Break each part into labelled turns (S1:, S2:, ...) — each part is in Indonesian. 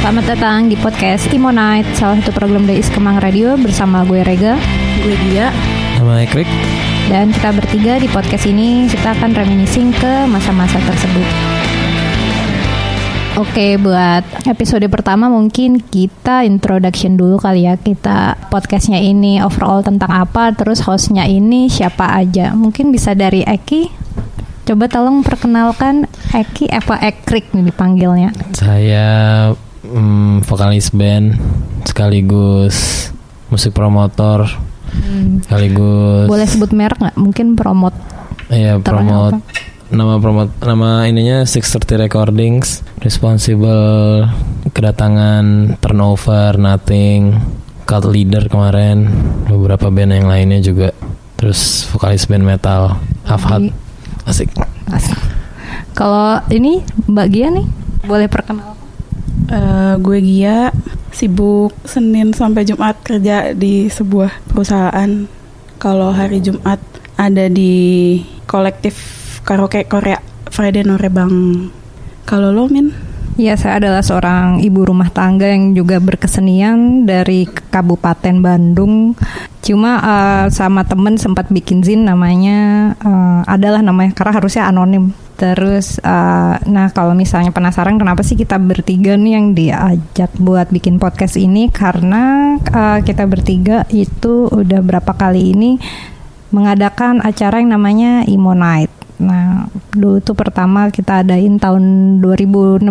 S1: Selamat datang di podcast Imo Night, salah satu program dari Iskemang Radio bersama gue Rega
S2: Gue dia
S3: Nama Ekrik
S1: dan kita bertiga di podcast ini kita akan reminiscing ke masa-masa tersebut. Oke, buat episode pertama mungkin kita introduction dulu kali ya kita podcastnya ini overall tentang apa, terus hostnya ini siapa aja. Mungkin bisa dari Eki. Coba tolong perkenalkan Eki apa Ekrik nih dipanggilnya.
S3: Saya mm, vokalis band sekaligus musik promotor sekaligus
S1: Boleh sebut merek nggak? Mungkin promote. taruhnya
S3: Iya, promote
S1: apa?
S3: nama promote nama ininya 630 Recordings responsible kedatangan turnover nothing cult leader kemarin beberapa band yang lainnya juga terus vokalis band metal Afhat asik
S1: Asik. Kalau ini Mbak Gia nih boleh perkenalkan.
S2: Eh, Gue Gia Sibuk Senin sampai Jumat kerja di sebuah perusahaan Kalau hari Jumat ada di kolektif karaoke Korea Friday Norebang Kalau lo Min?
S1: Ya, saya adalah seorang ibu rumah tangga yang juga berkesenian dari Kabupaten Bandung. Cuma eh, sama temen sempat bikin zin namanya eh, adalah namanya karena harusnya anonim. Terus, eh, nah kalau misalnya penasaran kenapa sih kita bertiga nih yang diajak buat bikin podcast ini? Karena eh, kita bertiga itu udah berapa kali ini mengadakan acara yang namanya Imo Night. Nah, dulu tuh pertama kita adain tahun 2016.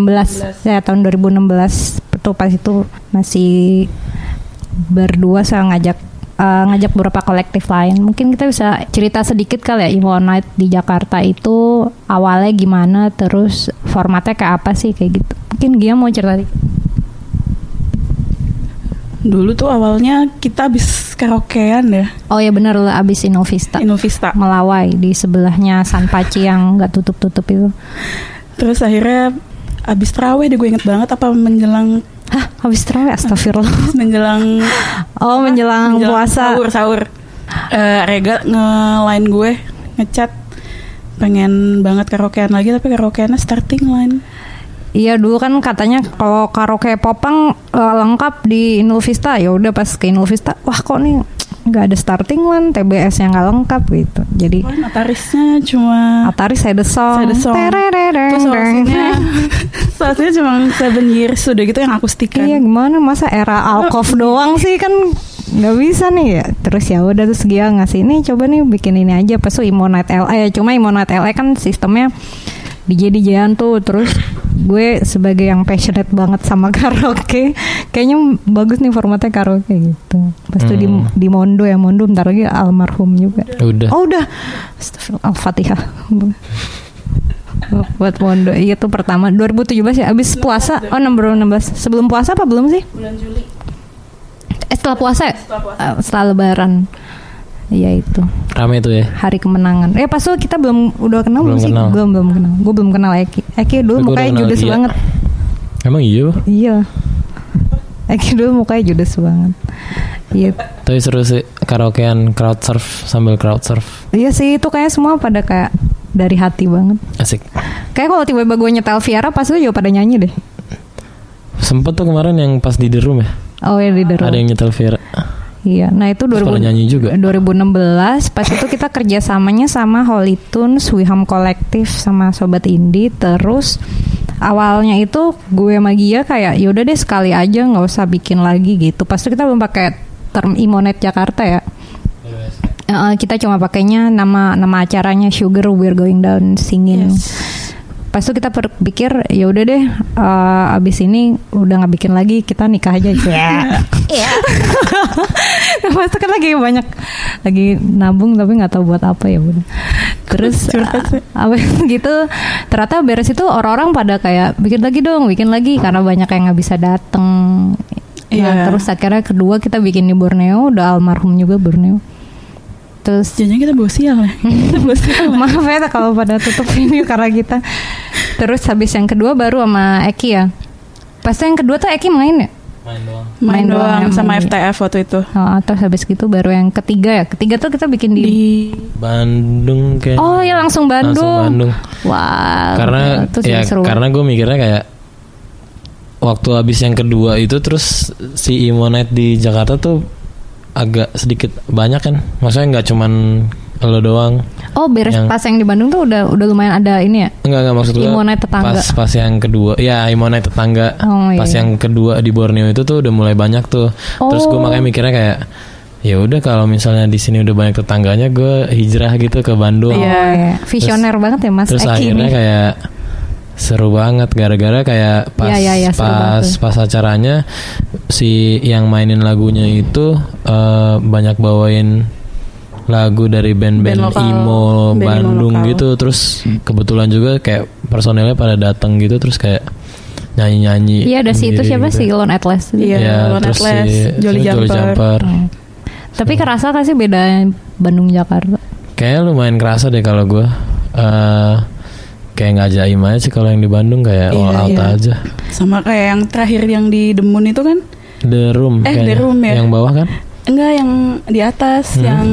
S1: Ya, tahun 2016. Itu pas itu masih berdua saya ngajak eh, ngajak beberapa kolektif lain. Mungkin kita bisa cerita sedikit kali ya Imo Night di Jakarta itu awalnya gimana, terus formatnya kayak apa sih kayak gitu. Mungkin Gia mau cerita dikit.
S2: Dulu tuh awalnya kita habis karaokean ya
S1: Oh ya benar lah abis Inovista.
S2: Inovista
S1: Melawai di sebelahnya Sanpaci yang nggak tutup-tutup itu.
S2: Terus akhirnya abis terawih deh gue inget banget apa menjelang
S1: Hah, habis terawih astagfirullah.
S2: menjelang
S1: Oh, menjelang
S2: Menjelang
S1: puasa.
S2: sahur sahur Eh, Rega nge-line gue ngechat pengen banget karaokean lagi tapi karaokeannya starting line
S1: Iya, dulu kan katanya kalau karaoke popang eh, lengkap di Inul Vista. Ya udah pas ke Inul Vista, wah kok nih nggak ada starting one, TBS yang nggak lengkap gitu. Jadi
S2: oh, notarisnya cuma
S1: Atari saya the song.
S2: Saya the song.
S1: Tererereng.
S2: terus solusinya solusinya cuma seven years sudah gitu yang akustikan
S1: Iya gimana masa era alkof doang sih kan nggak bisa nih ya. Terus ya udah terus dia ngasih ini coba nih bikin ini aja pas itu Imo Night LA E, eh, cuma Imo Night LA kan sistemnya DJ DJan tuh terus gue sebagai yang passionate banget sama karaoke kayaknya bagus nih formatnya karaoke gitu. Pas itu di di Mondo ya Mondo bentar lagi almarhum juga.
S3: udah
S1: Oh udah. Astagfirullah. Al-Fatihah. Buat Mondo. Iya tuh pertama 2017 ya abis puasa. Oh nomor 16. Sebelum puasa apa belum sih?
S2: bulan Juli
S1: Eh setelah puasa ya? Eh, Setelah lebaran. Iya itu.
S3: rame tuh ya
S1: Hari kemenangan. Eh pas itu kita belum udah kenal belum
S3: Belum
S1: sih?
S3: kenal.
S1: Gue belum kenal. Gue belum kenal Eki. Eki
S3: Tapi
S1: dulu
S3: gua udah
S1: mukanya
S3: kenal
S1: judes
S3: dia.
S1: banget.
S3: emang iya
S1: Iya. Eki dulu mukanya judes banget. Iya.
S3: tapi seru sih karaokean crowd surf sambil crowd surf
S1: Iya sih itu kayaknya semua pada kayak dari hati banget.
S3: asik
S1: Kayak kalau tiba-tiba gue nyetel Viara pas itu juga pada nyanyi deh.
S3: Sempet tuh kemarin yang pas di The Room ya
S1: Oh ya di The Room.
S3: Ada yang nyetel Vira
S1: Iya, nah itu
S3: Terus
S1: 2000
S3: pada nyanyi juga
S1: 2016 pas itu kita kerjasamanya sama Holy Tunes, Wiham Collective sama Sobat Indie terus awalnya itu gue sama Gia kayak yaudah deh sekali aja nggak usah bikin lagi gitu pas itu kita belum pakai term Imonet Jakarta ya
S3: Iya,
S1: Eh, kita cuma pakainya nama nama acaranya Sugar We're Going Down Singing Pas itu kita per- pikir ya udah deh eh, abis ini udah nggak bikin lagi kita nikah aja gitu. Ya. Pas itu kan lagi banyak lagi nabung tapi nggak tahu buat apa ya udah. Terus eh, abis gitu ternyata beres itu orang-orang pada kayak bikin lagi dong, bikin lagi karena banyak yang nggak bisa dateng. Nah,
S2: Iya.
S1: terus akhirnya kedua kita bikin di Borneo, udah almarhum juga Borneo. Terus
S2: jadinya kita bawa sial ya kita bawa sial ya.
S1: Maaf ya kalau pada tutup ini karena kita. Terus habis yang kedua baru sama Eki ya. Pas yang kedua tuh Eki main ya.
S3: Main doang
S1: Main
S2: main
S1: doang
S2: doang
S1: yang
S2: sama
S1: beli.
S2: FTF waktu itu
S1: Oh, terus habis gitu baru yang ketiga ya. Ketiga tuh kita bikin di,
S2: di
S3: Bandung kayak
S1: Oh ya langsung Bandung.
S3: Langsung Bandung.
S1: Wah.
S3: Iya. Karena
S1: itu
S3: ya
S1: seru.
S3: karena gue mikirnya kayak waktu habis yang kedua itu terus si Imonite di Jakarta tuh agak sedikit banyak kan maksudnya nggak cuman lo doang
S1: Oh beres
S3: Yang-
S1: pas yang di Bandung tuh udah udah lumayan ada ini ya.
S3: enggak enggak maksud gue
S1: Imonite tetangga.
S3: pas pas yang kedua ya Imonite tetangga
S1: Oh, iya,
S3: pas
S1: iya.
S3: yang kedua di Borneo itu tuh udah mulai banyak tuh terus
S1: Oh.
S3: gue makanya mikirnya kayak ya udah kalau misalnya di sini udah banyak tetangganya gue hijrah gitu ke Bandung
S1: Oh,
S2: Iya.
S1: iya. Visioner banget ya Mas
S3: terus
S1: Eki
S3: akhirnya
S1: ini.
S3: kayak seru banget gara-gara kayak pas
S1: Iya, iya, iya, seru
S3: pas
S1: banget.
S3: pas acaranya si yang mainin lagunya itu eh, banyak bawain lagu dari
S2: Band
S3: band-band
S2: lokal.
S3: emo
S2: Band emo
S3: Bandung
S2: lokal.
S3: gitu terus kebetulan juga kayak personelnya pada datang gitu terus kayak nyanyi-nyanyi
S1: Iya ada si itu
S3: sendiri
S1: siapa
S3: gitu.
S1: sih Lone Atlas.
S2: Iya.
S3: Iya,
S2: Lone
S3: terus si
S2: Atlas, Jolly
S3: si
S2: Jumper.
S1: Hmm. Tapi kerasa gak sih beda Bandung Jakarta?
S3: Kayaknya lumayan kerasa deh kalau gue eh Kayak nggak ajaib aja sih kalau yang di Bandung kayak all
S2: Iya,
S3: out
S2: iya.
S3: aja
S2: Sama kayak yang terakhir yang di Demun itu kan?
S3: The Room
S2: Eh, The
S3: kayaknya.
S2: Room ya.
S3: Yang bawah kan
S2: Enggak yang di atas
S3: Hmm.
S2: yang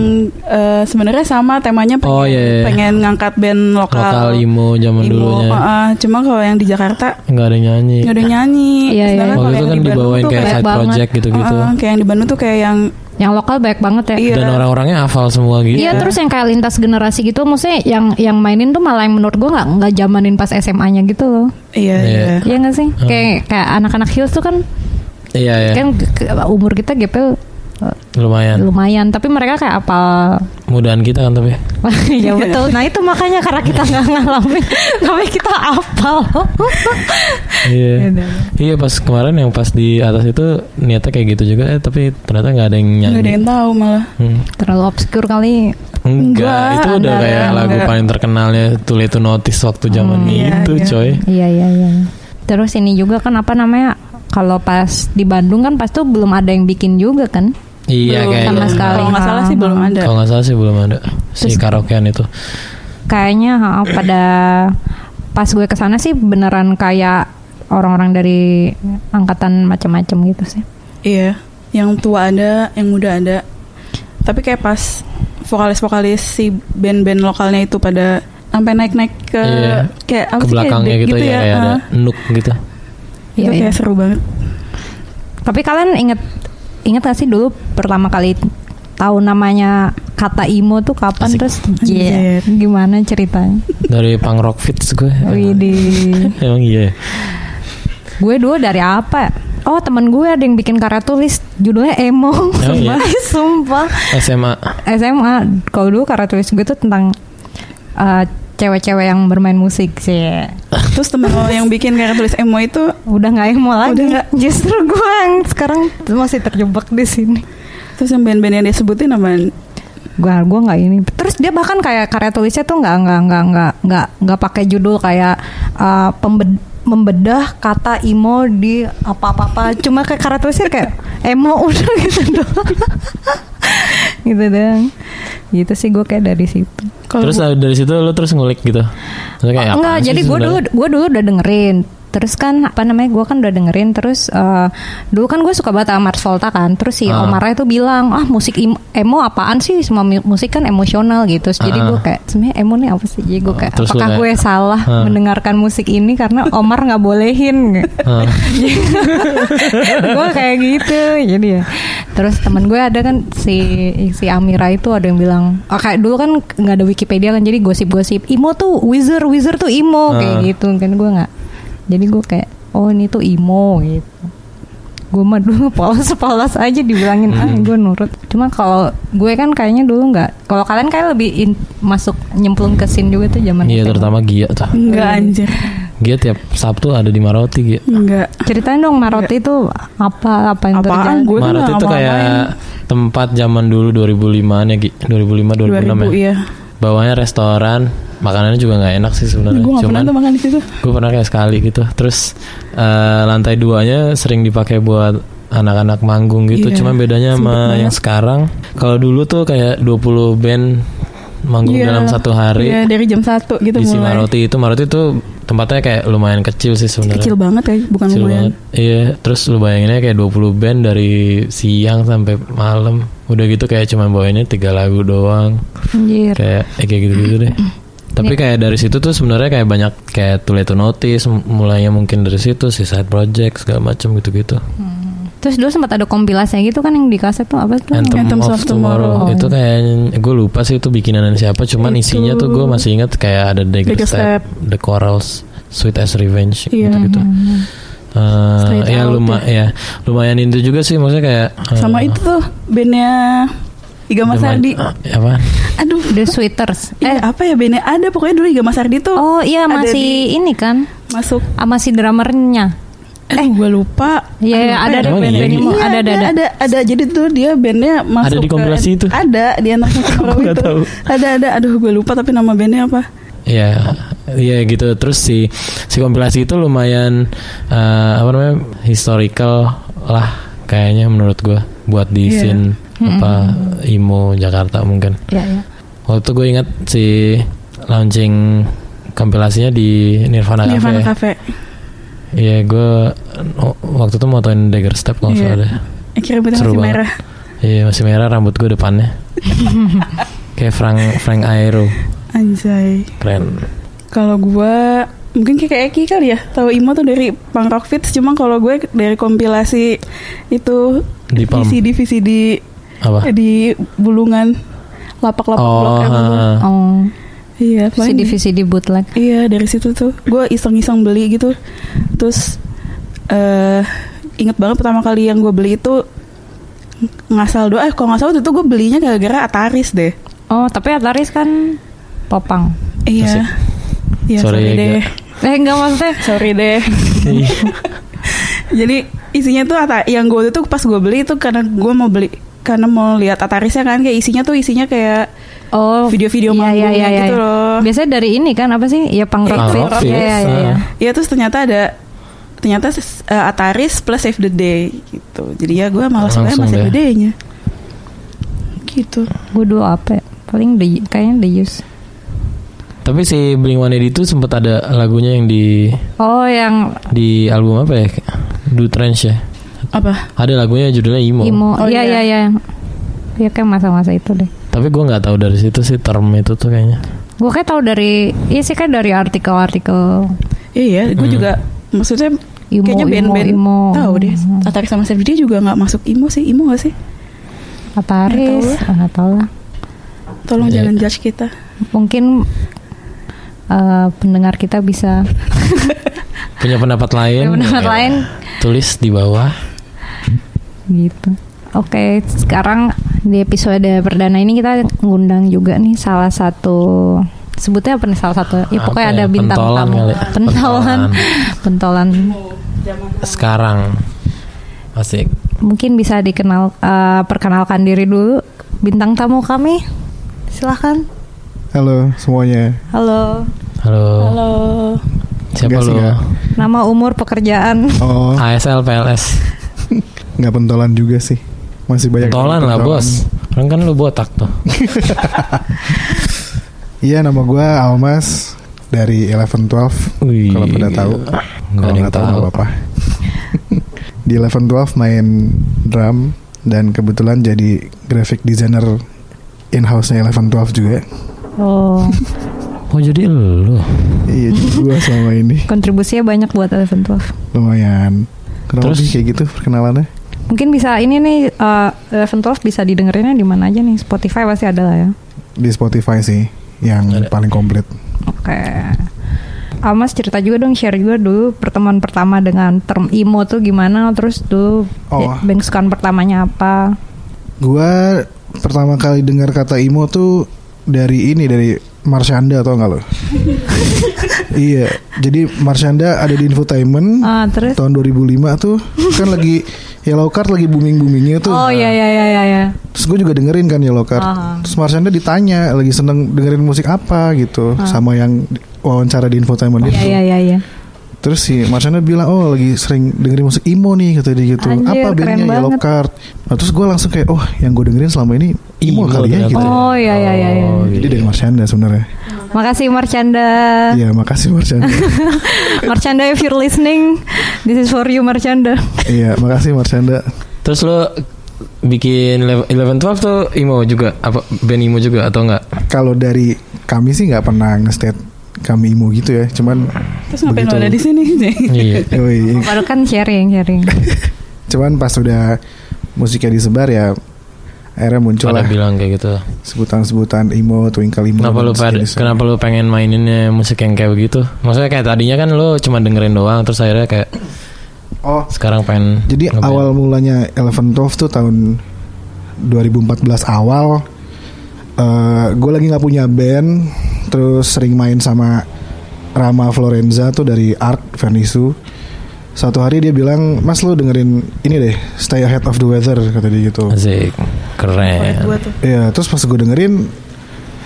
S2: eh, sebenarnya sama temanya pengen,
S3: Oh, iya, iya.
S2: pengen ngangkat band lokal.
S3: Lokal Imo zaman
S2: Imo,
S3: dulunya
S2: heeh. cuma kalau yang di Jakarta
S3: nggak ada yang nyanyi
S2: nggak ada yang nyanyi.
S1: Iya, iya,
S2: Sedangkan
S1: iya.
S2: kalau
S3: Waktu itu
S2: yang di
S3: kan
S2: Bandung
S3: dibawain
S2: tuh
S3: kayak
S1: kayak
S3: side
S1: banget.
S3: project gitu-gitu
S2: heeh, kayak yang di Bandung tuh kayak yang
S1: Yang lokal banyak banget ya.
S2: Iya.
S3: Dan orang-orangnya hafal semua gitu
S1: Iya terus yang kayak lintas generasi gitu, maksudnya yang yang mainin tuh malah yang menurut gue nggak nggak zamanin pas SMA-nya gitu loh.
S2: iya
S3: Iya.
S2: iya.
S1: Iya nggak sih?
S3: Hmm.
S1: Kayak kayak anak-anak Hills tuh kan
S3: Iya iya Ya.
S1: kan ke- ke- umur kita gapel eh,
S3: Lumayan
S1: lumayan, tapi mereka kayak apal.
S3: Mudahan kita kan tapi
S1: ya betul. Nah itu makanya karena kita nggak ngalamin, tapi kita apal.
S3: Iya Iya pas kemarin yang pas di atas itu Niatnya kayak gitu juga Eh tapi ternyata nggak ada yang
S2: Nggak ada
S3: nyanyi
S2: yang tahu malah.
S3: Hmm.
S1: Terlalu obskur kali.
S3: Enggak,
S2: Enggak,
S3: itu udah
S2: enggak,
S3: kayak
S2: enggak.
S3: lagu paling terkenalnya Too Late to Notice waktu zaman
S2: Hmm, iya,
S3: itu
S2: iya.
S3: coy
S1: Iya iya iya. Terus ini juga kan apa namanya? Kalau pas di Bandung kan pas tuh belum ada yang bikin juga kan?
S2: Belum.
S3: Iya kayaknya
S1: sama sekali.
S2: Kalau nggak salah sih belum ada.
S3: Kalau nggak salah sih belum ada Si
S1: Terus-
S3: karaokean itu
S1: Kayaknya ha, pada pas gue kesana sih beneran kayak orang-orang dari angkatan macam-macam gitu sih.
S2: Iya. Yang tua ada, yang muda ada. Tapi kayak pas vokalis-vokalis si band-band lokalnya itu pada sampai naik-naik ke
S3: Iya.
S2: kayak apa sih,
S3: Ke
S2: kayak
S3: belakangnya
S2: deck
S3: gitu, ya, Kayak ada
S2: heeh.
S3: nuk gitu
S2: itu
S1: Iya, iya.
S2: kayak seru banget.
S1: Tapi kalian inget inget gak sih dulu pertama kali tahu namanya kata imo tuh kapan
S3: Asik.
S1: terus iya,
S2: Anjir.
S1: gimana ceritanya?
S3: Dari punk rock fits gue
S2: Oh, iya,
S1: Widih.
S3: Emang iya ya?
S1: Gue dulu dari apa? Oh temen gue ada yang bikin karya tulis judulnya emo.
S3: Emang iya? Oh,
S1: Sumpah.
S3: SMA
S1: SMA kalau dulu karya tulis gue tuh tentang eh, cewek-cewek yang bermain musik sih.
S2: Terus temen lo yang bikin kayak tulis emo itu
S1: Udah nggak emo lagi.
S2: Udah nggak.
S1: Justru gue yang sekarang masih terjebak di sini.
S2: terus yang band-band yang dia sebutin apa?
S1: gue gue nggak ini terus dia bahkan kayak karya tulisnya tuh nggak nggak nggak nggak nggak nggak pakai judul kayak uh, pembed- membedah kata emo di apa apa apa cuma kayak karya tulisnya kayak emo udah gitu doang gitu doang gitu sih gue kayak dari situ
S2: Kalau Oh,
S3: Terus dari situ lo terus ngulik gitu Maksudnya kayak apaan
S1: Enggak,
S3: sih
S1: jadi gue dulu
S3: sebenarnya?
S1: gue dulu udah dengerin. Terus kan apa namanya gue kan udah dengerin terus eh, dulu kan gue suka banget sama Mars Volta kan terus si
S3: Ah.
S1: Omar itu bilang ah musik im- emo apaan sih semua mu- musik kan emosional gitu Terus jadi
S3: Ah.
S1: gue kayak sebenarnya emo nih apa sih jadi gue
S3: Ah,
S1: kayak
S3: terus lu
S1: apakah
S3: kayak,
S1: gue salah
S3: ah.
S1: mendengarkan musik ini karena Omar nggak bolehin
S3: Hah.
S1: gue kayak gitu jadi ya terus teman gue ada kan si si Amira itu ada yang bilang oh kayak dulu kan nggak ada Wikipedia kan jadi gosip-gosip imo tuh wizard wizard tuh imo kayak
S3: Ah.
S1: gitu kan gue nggak jadi gue kayak oh ini tuh imo gitu gue mah dulu polos-polos aja dibilangin ah
S3: Hmm.
S1: gue nurut cuma kalau gue kan kayaknya dulu nggak kalau kalian kayak lebih in- masuk nyemplung ke scene juga tuh zaman
S3: Iya
S1: SMA.
S3: terutama Gia tuh
S2: enggak anjir.
S3: Gia tiap Sabtu ada di Maroti Gia
S2: Enggak.
S1: ceritain dong Maroti itu apa apa yang
S2: Apaan
S1: terjadi
S2: gue kan
S3: Maret
S2: nggak
S3: itu kayak
S2: ngapa-ngapain.
S3: tempat zaman dulu 2005-an ya Gi
S2: 2000
S3: 2005 2006 ya.
S2: iya.
S3: Bawahnya restoran, makanannya juga nggak enak sih sebenarnya.
S2: Gue nggak
S3: Cuman
S2: pernah tuh makan di situ.
S3: gue pernah kayak sekali gitu. Terus eh, lantai duanya sering dipakai buat anak-anak manggung gitu.
S2: Iya,
S3: Cuman bedanya
S2: sempit
S3: sama
S2: banget.
S3: yang sekarang, kalau dulu tuh kayak 20 band manggung
S2: Iya.
S3: dalam satu hari.
S2: Iya dari jam 1 gitu
S3: di si
S2: mulai.
S3: Maroti itu Maroti itu tempatnya kayak lumayan kecil sih sebenarnya.
S2: Kecil banget ya, bukan
S3: Kecil
S2: lumayan.
S3: banget. Iya, terus lu bayanginnya kayak 20 band dari siang sampai malam. Udah gitu kayak cuma bawainnya tiga lagu doang.
S1: Anjir.
S3: Kayak eh, kayak gitu-gitu deh. Tapi kayak dari situ tuh sebenarnya kayak banyak kayak too late to notice m- mulainya mungkin dari situ sih side project segala macam gitu-gitu.
S2: Mm,
S1: Terus dulu sempat ada kompilasinya gitu kan yang di kaset tuh apa tuh?
S3: Anthem,
S2: Anthem
S3: of,
S2: of
S3: Tomorrow,
S1: Tomorrow.
S3: itu kayak gue lupa sih itu bikinan siapa cuman
S2: Itu-
S3: isinya tuh gue masih ingat kayak ada The Great
S2: Biggest
S3: Step, The Corals, Sweet as Revenge
S2: Iya.
S3: gitu-gitu.
S1: Hmm.
S3: Eh,
S2: Straight
S3: ya
S2: out
S3: luma ya lumayan itu juga sih maksudnya kayak eh,
S2: Sama itu tuh bandnya Iga Mas
S3: lumayan-
S2: Ardi.
S3: eh, apa?
S2: Aduh,
S1: The Sweaters.
S2: eh
S1: Eh,
S2: apa ya bandnya ada pokoknya dulu Iga Mas Ardi tuh
S1: oh iya
S2: ada
S1: masih ini kan
S2: masuk.
S1: sama si drummernya.
S2: Eh, gue lupa.
S1: Iya, ada
S2: Aduh, lupa
S1: ada
S3: Emang
S1: band
S3: iya?
S1: band
S2: Iya,
S1: ada ada ada.
S2: ada ada jadi tuh dia bandnya masuk
S3: Ada di
S2: ke-
S3: kompilasi itu?
S2: ada di anak
S3: Aku nggak
S2: itu
S3: tahu.
S2: ada ada aduh gue lupa tapi nama bandnya apa
S3: Iya, iya gitu. Terus si si kompilasi itu lumayan eh, apa namanya historical lah kayaknya menurut gua buat di
S2: Iya.
S3: scene apa emo Jakarta mungkin.
S1: Iya, iya.
S3: Waktu itu gue ingat si launching kompilasinya di Nirvana,
S2: Nirvana
S3: Cafe.
S2: Cafe
S3: Iya, gue waktu itu motoin Dagger Step kalau nggak
S2: Iya.
S3: salah deh.
S2: akhirnya rambutnya
S3: Seru
S2: masih
S3: banget.
S2: merah
S3: Iya, masih merah rambut gue depannya. Kayak Frank Frank Aero,
S2: anjay
S3: keren.
S2: kalau gue mungkin kayak Eki kali ya tahu Imo tuh dari Punk Rock Fits cuma kalau gue dari kompilasi itu
S3: Di Palm.
S2: VCD VCD
S3: Apa?
S2: eh, di eh, Bulungan lapak-lapak blok
S3: Oh,
S2: M.
S3: ha.
S1: Oh,
S2: iya
S1: si
S2: paling-
S1: divisi di bootleg.
S2: Iya dari situ tuh gue iseng-iseng beli gitu terus eh inget banget pertama kali yang gue beli itu ngasal doa eh kalau nggak salah waktu itu gue belinya gara-gara Ataris deh
S1: Oh, tapi Atlaris kan popang.
S3: Asik.
S2: iya iya sorry,
S3: Sorry ya,
S2: deh
S3: Ga.
S1: Eh, enggak maksudnya.
S2: sorry deh
S3: Iya.
S2: jadi isinya tuh Ata- yang gue tuh pas gue beli itu karena gue mau beli karena mau lihat Atarisnya kan kayak isinya tuh isinya kayak
S1: Oh,
S2: Video-video
S1: iya,
S2: manggungnya
S1: iya, iya,
S2: gitu
S1: iya.
S2: loh.
S1: Biasanya dari ini kan apa sih? Ya punk rock
S2: Punk
S1: fit.
S2: rock
S1: Iya,
S2: fit,
S1: iya, iya, iya.
S3: ah.
S2: Iya terus ternyata ada ternyata ses- eh, Ataris plus Save the Day gitu. Jadi ya gue malas banget sama
S3: Langsung
S2: Save the
S3: deh.
S2: Day-nya. Gitu.
S1: Gue dulu apa? ya? Paling the, kayaknya the use.
S3: Tapi si Blink One itu sempat ada lagunya yang di
S1: Oh, yang
S3: di album apa ya? Do Trench ya.
S2: Apa?
S3: Ada lagunya judulnya Imo.
S1: emo.
S2: Oh,
S1: Iya, iya,
S2: iya.
S1: iya. Ya kayak masa-masa itu deh.
S3: Tapi gue nggak tahu dari situ sih term itu tuh kayaknya.
S1: Gue kayak tahu dari, iya sih kayak dari artikel-artikel
S2: Iya iya, gue juga maksudnya
S1: Imo,
S2: kayaknya
S1: imo,
S2: band-band
S1: imo. Hmm.
S2: tahu deh. Ataris sama Save the Day juga nggak masuk imo sih, imo gak sih?
S1: Ataris,
S2: Nggak tahu
S1: nggak tahu lah.
S2: Tolong
S3: Iya.
S2: jangan judge kita.
S1: Mungkin eh, pendengar kita bisa
S3: Punya pendapat lain?
S1: Punya pendapat
S3: ya,
S1: lain.
S3: Tulis di bawah.
S1: gitu. Oke, sekarang di episode perdana ini kita ngundang juga nih salah satu sebutnya apa nih salah satu? Ya
S3: Apa
S1: pokoknya
S3: ya?
S1: ada bintang
S3: Pentolan
S1: tamu.
S3: kali.
S1: Pentolan. Pentolan.
S3: Sekarang. Asik.
S1: Mungkin bisa dikenal eh, perkenalkan diri dulu bintang tamu kami. Silahkan.
S4: Halo semuanya.
S1: Halo.
S3: Halo.
S2: Halo.
S3: Siapa
S4: Enggak sih,
S3: lu?
S4: enggak.
S1: Nama umur pekerjaan.
S4: Oh,
S3: ASL PLS.
S4: nggak pentolan juga sih. Masih banyak.
S3: Pentolan lah,
S4: pentolan.
S3: Bos. Orang kan lu botak tuh.
S4: Iya, nama gua Almas dari Eleven Twelve.
S3: Wih.
S4: Kalau pada tahu,
S3: Nggak
S4: kalau
S3: ada yang
S4: nggak tahu nggak
S3: tahu.
S4: apa-apa. Di Eleven Twelve main drum dan kebetulan jadi graphic designer in house-nya Eleven Twelve juga.
S1: Oh,
S3: Oh, jadi lu.
S4: Iya, jadi gua selama ini
S1: kontribusinya banyak buat Eleven Twelve.
S4: lumayan. Kurang
S3: Terus?
S4: lebih kayak gitu perkenalannya.
S1: Mungkin bisa ini nih eh, Eleven Twelve bisa didengerinnya di mana aja nih? Spotify pasti ada lah ya.
S4: Di Spotify sih yang
S3: Ada.
S4: paling komplit.
S1: Oke. Almas cerita juga dong share juga dulu pertemuan pertama dengan term emo tuh gimana terus tuh
S4: Oh.
S1: ya, band kesukaan pertamanya apa?
S4: Gua pertama kali dengar kata emo tuh dari ini dari Marshanda atau enggak lo? iya, jadi Marshanda ada di Infotainment
S1: Ah, terus
S4: tahun 2005 tuh kan lagi Yellow Card lagi booming boomingnya tuh.
S1: Oh iya iya iya iya iya.
S4: Terus gue juga dengerin kan Yellow Card.
S1: Ah.
S4: Terus Marshanda ditanya lagi seneng dengerin musik apa gitu sama yang di- wawancara di
S1: Oh.
S4: Infotainment
S1: Iya
S4: itu.
S1: iya iya iya.
S4: Terus si Marshanda bilang oh lagi sering dengerin musik emo nih kata dia gitu.
S1: Anjir,
S4: Apa
S1: keren
S4: bandnya Yellow
S1: banget.
S4: Card? Nah, terus gue langsung kayak oh yang gue dengerin selama ini emo, kali ya
S3: ternyata.
S4: gitu.
S1: Oh, iya, iya, iya, iya.
S3: Oh,
S4: Jadi
S3: iya.
S4: dari Marsyanda sebenarnya.
S1: Makasih Marchanda.
S4: Iya, makasih Marsyanda.
S1: Marchanda if you're listening, this is for you Marchanda.
S4: iya, makasih Marsyanda.
S3: Terus lu bikin Eleven Twelve tuh emo juga apa band emo juga atau enggak?
S4: Kalau dari kami sih nggak pernah nge-state kami imo gitu ya. Cuman
S2: Terus ngapain lo
S4: Begitu.
S2: ada di sini?
S3: iya
S4: yoi,
S1: Baru kan sharing sharing.
S4: cuman pas udah musiknya disebar ya akhirnya muncul
S3: pada
S4: lah
S3: bilang kayak gitu
S4: sebutan-sebutan imo, twinkle imo.
S3: Kenapa
S4: dan
S3: lu pada,
S4: sejenisnya.
S3: kenapa lu pengen maininnya musik yang kayak begitu? Maksudnya kayak tadinya kan lu cuma dengerin doang terus akhirnya kayak
S4: Oh,
S3: sekarang pengen
S4: Jadi
S3: ngeband.
S4: awal mulanya Eleven Twelve tuh tahun 2014 awal. gue lagi nggak punya band, terus sering main sama Rama Florenza tuh dari Ark Venisu. Satu hari dia bilang, Mas lu dengerin ini deh, Stay Ahead of the Weather kata dia gitu.
S3: Asik
S2: Favorit
S3: keren.
S2: gue tuh.
S4: Iya, terus pas gue dengerin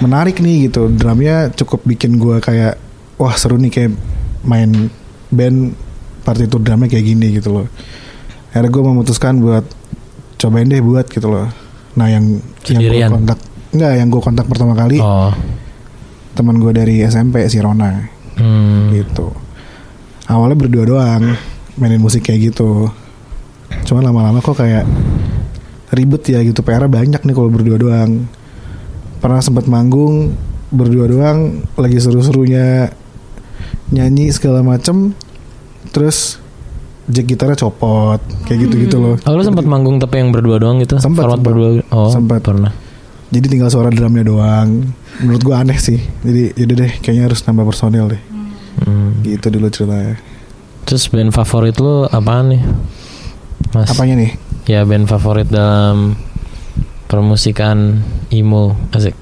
S4: menarik nih gitu. Drumnya cukup bikin gue kayak wah seru nih kayak main band partitur drumnya kayak gini gitu loh. Akhirnya gue memutuskan buat cobain deh buat gitu loh. Nah yang
S3: Sendirian?
S4: yang gue kontak enggak yang gue kontak pertama kali
S3: Oh.
S4: teman gue dari SMP si Rona
S3: Hmm.
S4: gitu. Awalnya berdua doang mainin musik kayak gitu. Cuman lama-lama kok kayak ribet ya gitu. PR banyak nih kalau berdua doang. Pernah sempat manggung berdua doang lagi seru-serunya nyanyi segala macem terus jack gitarnya copot kayak gitu-gitu loh
S3: Oh, lu sempat manggung tapi yang berdua doang gitu?
S4: Sempat,
S3: Format
S4: sempat.
S3: berdua. Oh,
S4: Sempat.
S3: pernah.
S4: jadi tinggal suara drumnya doang menurut gua aneh sih jadi yaudah deh kayaknya harus nambah personil deh
S3: Hmm.
S4: gitu dulu ceritanya
S3: Terus band favorit lu apaan nih? Mas.
S4: apanya nih
S3: Ya band favorit dalam permusikan emo asik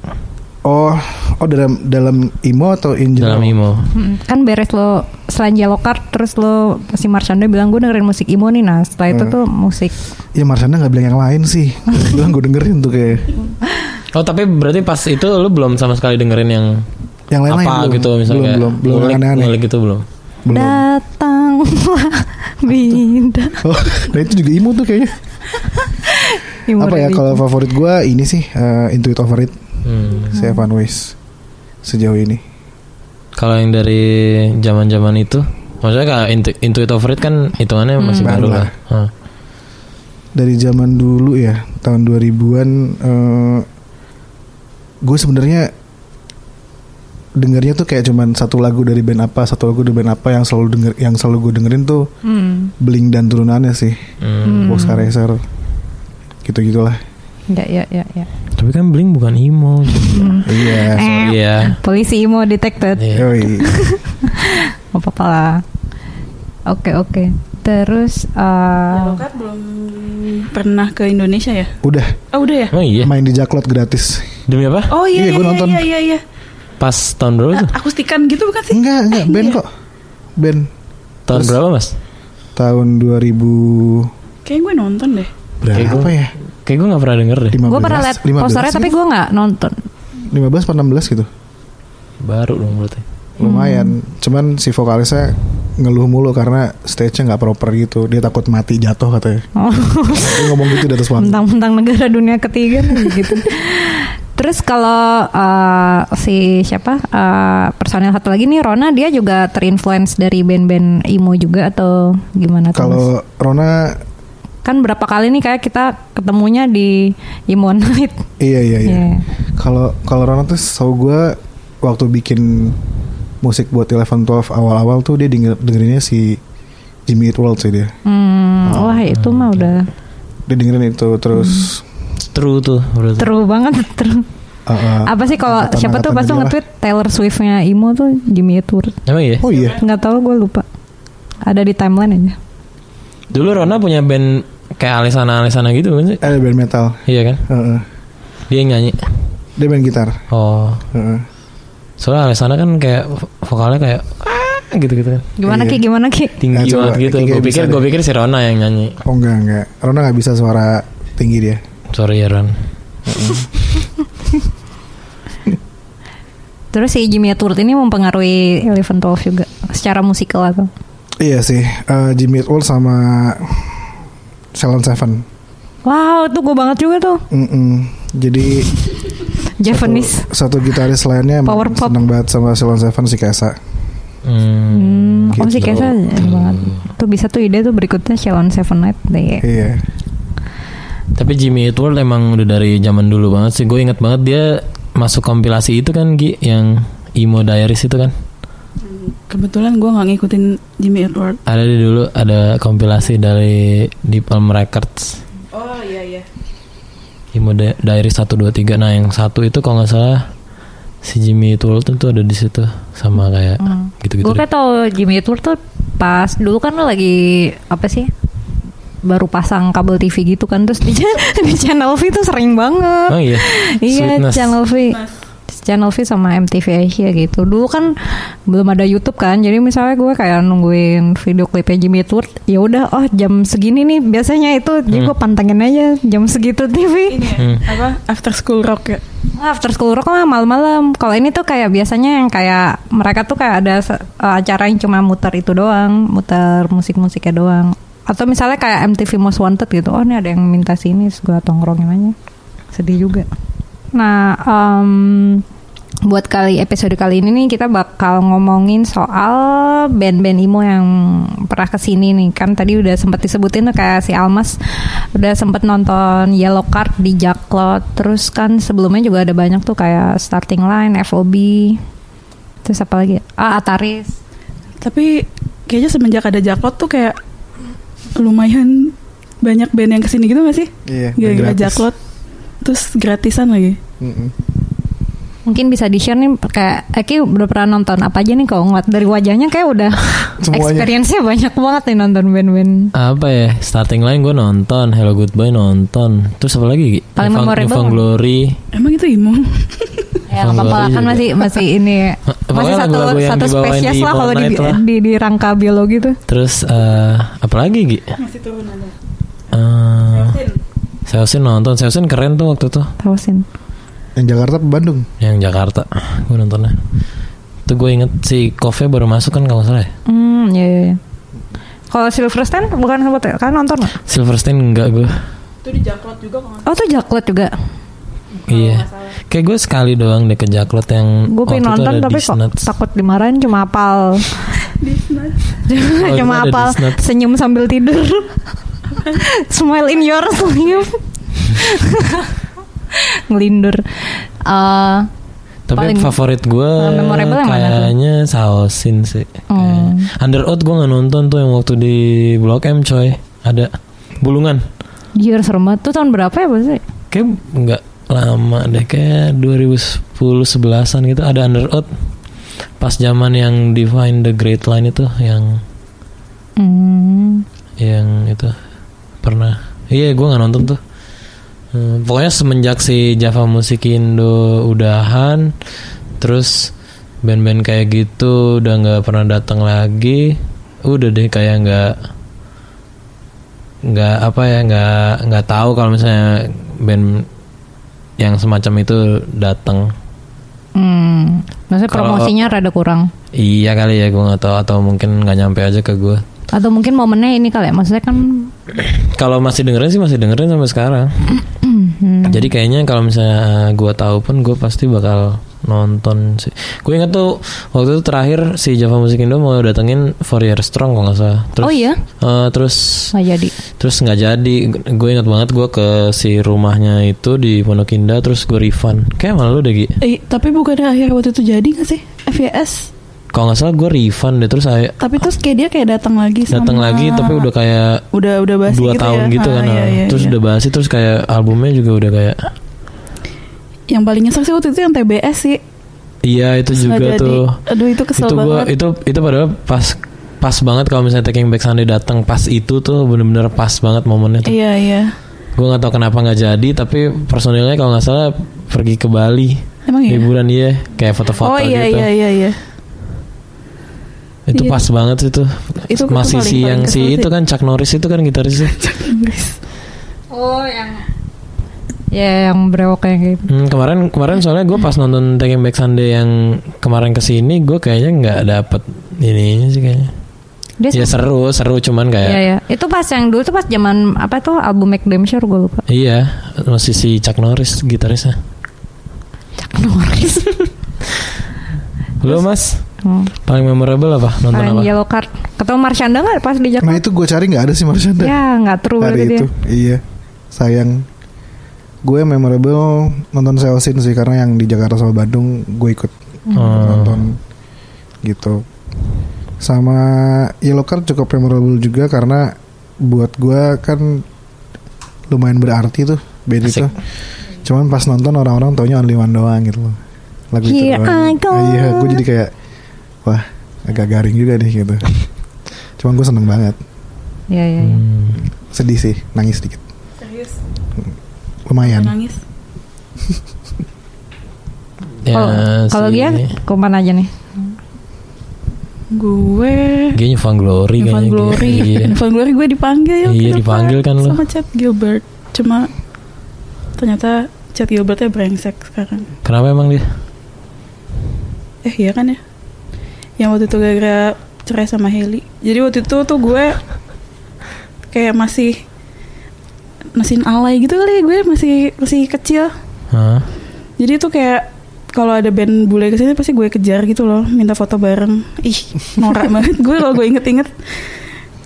S4: oh oh dalam dalam emo atau in general?
S3: dalam emo
S1: Mm, Kan beres lo Selanja Lokar terus lo si Marshanda bilang gue dengerin musik emo nih nah setelah itu
S4: Hmm.
S1: tuh musik
S4: Ya Marshanda nggak bilang yang lain sih. Dia bilang gue dengerin tuh kayak
S3: oh tapi berarti pas itu lu belum sama sekali dengerin yang
S4: yang lain-lain
S3: apa
S4: belum,
S3: gitu misalnya
S4: belum
S3: kayak
S4: belum belum
S3: ngulik,
S4: yang aneh-aneh.
S3: ngulik gitu belum
S4: Belum.
S1: datanglah bintang
S4: Oh, nah itu juga emo tuh kayaknya.
S1: Emo
S4: apa ya
S1: dari-
S4: kalau favorit gue ini sih eh, Intuit Over It,
S3: Hmm.
S4: si Evan Weiss sejauh ini.
S3: kalau yang dari zaman-zaman itu maksudnya kayak intu- intuit over it kan hitungannya masih
S4: Hmm. Baru
S3: baru
S4: lah.
S3: lah Hah.
S4: Dari zaman dulu ya, tahun 2000-an gue sebenarnya dengernya tuh kayak cuman satu lagu dari band apa, satu lagu dari band apa yang selalu denger yang selalu gue dengerin tuh
S1: Hmm.
S4: Blink dan turunannya sih.
S3: Hmm.
S4: Boxcar Racer. Gitu-gitulah.
S1: Ya ya ya ya. Hmm.
S3: tapi kan bling bukan emo
S4: Iya.
S3: sorry ya
S1: Polisi emo detected.
S3: Iya.
S4: Yoi.
S1: Gak apa-apa lah. Oke oke. Terus eh,
S2: Lokat kan belum pernah ke Indonesia ya?
S4: Udah
S2: Oh udah ya?
S3: emang iya
S4: main di Jaklot gratis.
S3: demi apa
S2: Oh iya
S4: Iya,
S2: iya
S4: gua
S2: iya
S4: nonton.
S2: iya iya. iya.
S3: pas tahun berapa tuh
S2: Akustikan gitu bukan sih?
S4: Enggak, enggak Ben kok. Ben
S3: tahun berapa mas
S4: tahun 2000
S2: Kayaknya gue nonton deh.
S3: Kayak
S4: berapa
S3: gua-
S4: ya?
S3: kayak gue nggak pernah denger deh
S4: 15.
S1: gue pernah liat
S4: 15
S1: posternya tapi
S4: gitu.
S1: gue nggak nonton.
S4: 15 per 16 gitu.
S3: baru dong berarti
S4: Lumayan. Cuman si vokalisnya ngeluh mulu karena stage-nya nggak proper gitu. Dia takut mati jatuh katanya.
S1: Oh,
S4: Dia ngomong gitu di atas panggung.
S1: Mentang-mentang negara dunia ketiga nih, gitu. Terus kalau eh, si siapa eh, personel satu lagi nih Rona dia juga terinfluence dari band-band emo juga atau gimana tuh? Mas?
S4: Kalau Rona
S1: kan berapa kali nih kayak kita ketemunya di emo night.
S4: iya iya iya.
S1: Iya.
S4: Kalau kalau Rona tuh tau gue waktu bikin musik buat Eleven Twelve awal-awal tuh dia denger, dengerinnya si Jimmy Eat World sih dia.
S1: Hmm,
S4: Oh,
S1: wah itu mah udah
S4: Dia dengerin itu terus
S3: true tuh berarti
S1: True banget true.
S4: uh, uh,
S1: Hmm. Apa sih kalau
S4: angkatan-
S1: siapa tuh
S4: angkatan
S1: pas tuh
S4: dia lah.
S1: nge-tweet Taylor Swift-nya Imo tuh Jimmy Eat World.
S3: emang iya
S4: Oh iya.
S1: Nggak tahu gue lupa. Ada di timeline aja.
S3: dulu Rona punya band kayak alisana alisana gitu kan sih
S4: Ada band metal.
S3: iya kan
S4: Heeh.
S3: dia yang nyanyi
S4: Dia main gitar. Uh,
S3: oh
S4: Heeh.
S3: soalnya alisana kan kayak vo- vokalnya kayak "Ah," gitu-gitu kan
S1: Gimana
S4: Iya.
S1: Ki? Gimana Ki?
S3: tinggi
S4: Nah, coba,
S3: banget gitu
S4: ketiga
S3: gue
S4: bisa
S3: pikir
S4: deh.
S3: gue pikir si Rona yang nyanyi
S4: Oh enggak enggak. Rona nggak bisa suara tinggi dia.
S3: sorry ya Ron
S1: Terus si Jimmy Eat World ini mempengaruhi Eleven Twelve juga secara musikal atau?
S4: Iya sih. Eh, Jimmy Eat World sama Salon Seven.
S1: Wow, tuh gue banget juga tuh.
S4: Mm-mm. Jadi
S1: Japanese.
S4: satu gitaris lainnya emang
S1: Power pop.
S4: seneng banget sama Salon Seven si Kesa.
S3: hmm.
S1: Hmm, oh
S4: gitu.
S1: sih kayaknya enak banget. Tuh bisa tuh ide tuh berikutnya Shalon Seven Night deh. ya.
S4: Iya.
S3: tapi Jimmy Eat World emang udah dari zaman dulu banget sih gue inget banget dia masuk kompilasi itu kan Gi yang Imo Diaries itu kan
S2: Kebetulan gue nggak ngikutin Jimmy Edward.
S3: ada di dulu ada kompilasi dari Deep Elm Records
S2: Oh iya iya.
S3: Imo Di- Diaries 1 2 3 nah yang satu itu kalau nggak salah si Jimmy Tulton tuh ada di situ sama kayak gitu-gitu
S1: Gue kayak tau Jimmy Tour tuh pas dulu kan lagi apa sih baru pasang kabel TV gitu kan terus di, di channel V tuh sering banget.
S3: Oh iya.
S1: Iya
S3: Sweetness.
S1: channel V. Channel V sama MTV Asia gitu. Dulu kan belum ada YouTube kan. Jadi misalnya gue kayak nungguin video klipnya Jimmy Edward, ya udah oh jam segini nih biasanya itu jadi gue pantengin aja jam segitu TV.
S2: Ini ya,
S3: Hmm.
S2: apa After School Rock ya?
S1: After school rock mah malam-malam. Kalau ini tuh kayak biasanya yang kayak mereka tuh kayak ada se- eh, acara yang cuma muter itu doang, muter musik-musiknya doang. Atau misalnya kayak MTV Most Wanted gitu. Oh, ini ada yang minta sini, terus gue tongkrongin aja. Sedih juga. Nah, em, buat kali episode kali ini nih kita bakal ngomongin soal band-band emo yang pernah kesini nih kan tadi udah sempet disebutin tuh kayak si Almas udah sempet nonton Yellow Card di Jaklot terus kan sebelumnya juga ada banyak tuh kayak Starting Line, FOB terus apa lagi ya? ah Ataris
S2: Tapi kayaknya semenjak ada Jaklot tuh kayak lumayan banyak band yang kesini gitu gak sih?
S4: Iya,
S2: Gara-gara
S4: gratis.
S2: Jaklot. Terus gratisan lagi.
S4: Mm-mm.
S1: mungkin bisa di share nih kayak Eki udah pernah nonton apa aja nih kalau ngeliat dari wajahnya kayak udah
S4: Semuanya.
S1: experience-nya banyak banget nih nonton band-band
S3: apa ya starting line gue nonton Hello Goodbye nonton terus apa lagi Gi?
S1: Paling
S3: Newfound-
S1: memorable
S3: Newfound
S1: apa?
S3: Glory
S2: Emang itu imo?
S1: Ya nggak apa-apa lah, kan
S3: Iya.
S1: masih masih ini masih
S3: Pokoknya
S1: satu
S3: lagu-lagu yang
S1: satu
S3: dibawain
S1: spesies
S3: di
S1: lah kalau di,
S3: Fortnite lah.
S1: di di rangka gitu. biologi tuh.
S3: terus eh, apa lagi Gi?
S2: Masih turun ada.
S3: Eh, Seosin nonton Seosin keren tuh waktu tuh
S1: Tausin.
S4: Yang Jakarta apa Bandung?
S3: yang Jakarta gue nontonnya tuh gue inget si Kofe baru masuk kan kalau nggak salah ya
S1: Hmm, ya ya. ya. Kalau Silverstein bukan sempat ya? kan nonton nggak?
S3: Silverstein enggak gue
S2: Itu di Jaklot juga kok.
S1: Oh tuh Jaklet juga.
S3: iya kayak gue sekali doang deh ke Jaklot yang
S1: Gue pengen
S3: Hmm, oh, waktu itu
S1: nonton
S3: ada
S1: tapi kok
S3: Disnuts.
S1: takut dimarahin cuma apal.
S3: Oh, itu ada
S1: cuma apal
S3: Disnuts.
S1: senyum sambil tidur. Smile in your sleep. Ngelindur. Eh,
S3: Tapi
S1: Paling-
S3: yang favorit gue
S1: Paling memorable yang mana tuh?
S3: kayaknya Saosin sih.
S1: Oh.
S3: Kayaknya. Under Oath gue nggak nonton tuh yang waktu di Blok M coy. Ada bulungan.
S1: Jir serem banget tuh tahun berapa ya sih?
S3: Kayak nggak lama deh kayak 2010 11-an gitu ada Under Oath. Pas zaman yang Define the Great Line itu yang
S1: Hmm.
S3: yang itu pernah. Iya gue nggak nonton tuh. Hmm, pokoknya semenjak si Java Musik Indo udahan, terus band-band kayak gitu udah nggak pernah datang lagi. Udah deh kayak nggak nggak apa ya nggak nggak tahu kalau misalnya band yang semacam itu datang.
S1: Hmm. Maksudnya
S3: Kalau-
S1: promosinya rada kurang.
S3: Iya kali ya gue nggak tahu atau mungkin nggak nyampe aja ke gue.
S1: Atau mungkin momennya ini kali ya. Maksudnya kan
S3: Kalau masih dengerin sih masih dengerin sampai sekarang.
S2: Mm-hmm.
S3: Jadi kayaknya kalau misalnya gua tahu pun gue pasti bakal nonton sih. Gue inget tuh waktu itu terakhir si Java Music Indo mau datengin Four Year Strong kalau nggak salah. Terus,
S1: Oh iya?
S3: eh, terus
S1: nggak jadi.
S3: terus nggak jadi. Gue inget banget gua ke si rumahnya itu di Pondok Indah terus gue refund. Kayak malu deh Gi.
S2: Eh, tapi bukannya akhir waktu itu jadi gak sih? FYS.
S3: Kalau nggak salah gue refund deh terus saya
S2: Tapi terus kayak dia kayak datang lagi sama-
S3: datang lagi tapi udah kayak
S2: udah udah bahas
S3: dua
S2: gitu
S3: tahun
S2: ya.
S3: gitu
S2: Ah,
S3: kan.
S2: iya, iya,
S3: terus
S2: iya.
S3: udah bahas terus kayak albumnya juga udah kayak
S2: yang paling nyesek sih waktu itu yang TBS sih
S3: Iya itu
S2: Nggak
S3: juga
S2: jadi.
S3: tuh.
S2: aduh itu kesel
S3: itu gua,
S2: banget
S3: itu itu padahal pas pas banget kalau misalnya Taking Back Sunday datang pas itu tuh bener-bener pas banget momennya tuh.
S2: iya iya
S3: Gue nggak tahu kenapa nggak jadi tapi personilnya kalau nggak salah pergi ke Bali
S2: emang iya
S3: liburan dia kayak
S2: oh
S3: foto-foto
S2: iya
S3: gitu.
S2: iya iya iya
S3: Itu
S2: Iya.
S3: pas banget sih tuh.
S2: Itu- itu
S3: Masih
S2: paling-
S3: si
S2: paling
S3: yang
S2: kesel
S3: si
S2: sih.
S3: itu kan Chuck Norris itu kan gitarisnya.
S1: Oh yang ya yang brewok kayak gitu.
S3: Hmm, kemarin kemarin soalnya gue pas nonton Taking Back Sunday yang kemarin kesini gue kayaknya nggak dapet ininya sih kayaknya.
S1: Dia
S2: Iya,
S3: Ya seru seru cuman kayak
S1: Iya, iya. Itu pas yang dulu tuh pas zaman apa tuh album Make Them Sure gue lupa.
S3: Iya, masih si Chuck Norris gitarisnya.
S1: Chuck Norris.
S3: Lo mas,
S1: Hmm.
S3: paling memorable apa? Nonton
S1: Paling
S3: apa?
S1: yellow card. Ketemu Marshanda nggak pas di Jakarta?
S4: Iya,
S1: gitu
S4: Nah itu gue cari nggak ada sih Marshanda
S1: Ya nggak true
S4: Hari
S1: berarti dia.
S4: itu, iya sayang. gue memorable nonton Seosin sih karena yang di Jakarta sama Bandung gue ikut
S3: Oh.
S4: nonton gitu. Sama Yellow Card cukup memorable juga karena buat gue kan lumayan berarti tuh band
S3: Asik.
S4: itu. Cuman pas nonton orang-orang taunya Only One doang gitu loh. Lagu itu
S1: Here I
S4: doang.
S1: go.
S4: Ah, Iya, gue jadi kayak wah agak garing juga nih gitu. Cuman gue seneng banget.
S1: Iya, iya. iya.
S3: Hmm.
S4: Sedih sih, nangis sedikit.
S2: Serius?
S4: Lumayan.
S2: Nangis?
S3: Ya,
S1: Kalau Oh, kalau
S3: si-
S1: dia kuman aja nih.
S2: Gue...
S3: Dia Newfound Glory
S2: Evan
S3: kayaknya.
S2: Glory.
S3: Dia. Iya.
S2: Evan Glory gue dipanggil ya.
S3: Iya,
S2: kenapa?
S3: dipanggil kan lu.
S2: Sama Chad Gilbert. Cuma ternyata Chad Gilbertnya brengsek sekarang.
S3: Kenapa emang dia?
S2: Eh iya kan ya? Yang waktu itu gara-gara cerai sama Haley. Jadi waktu itu tuh gue kayak masih mesin alay gitu kali gue masih masih kecil.
S3: Hah?
S2: Jadi tuh kayak kalau ada band bule kesini pasti gue kejar gitu loh, minta foto bareng. Ih, norak banget gue kalau gue inget-inget.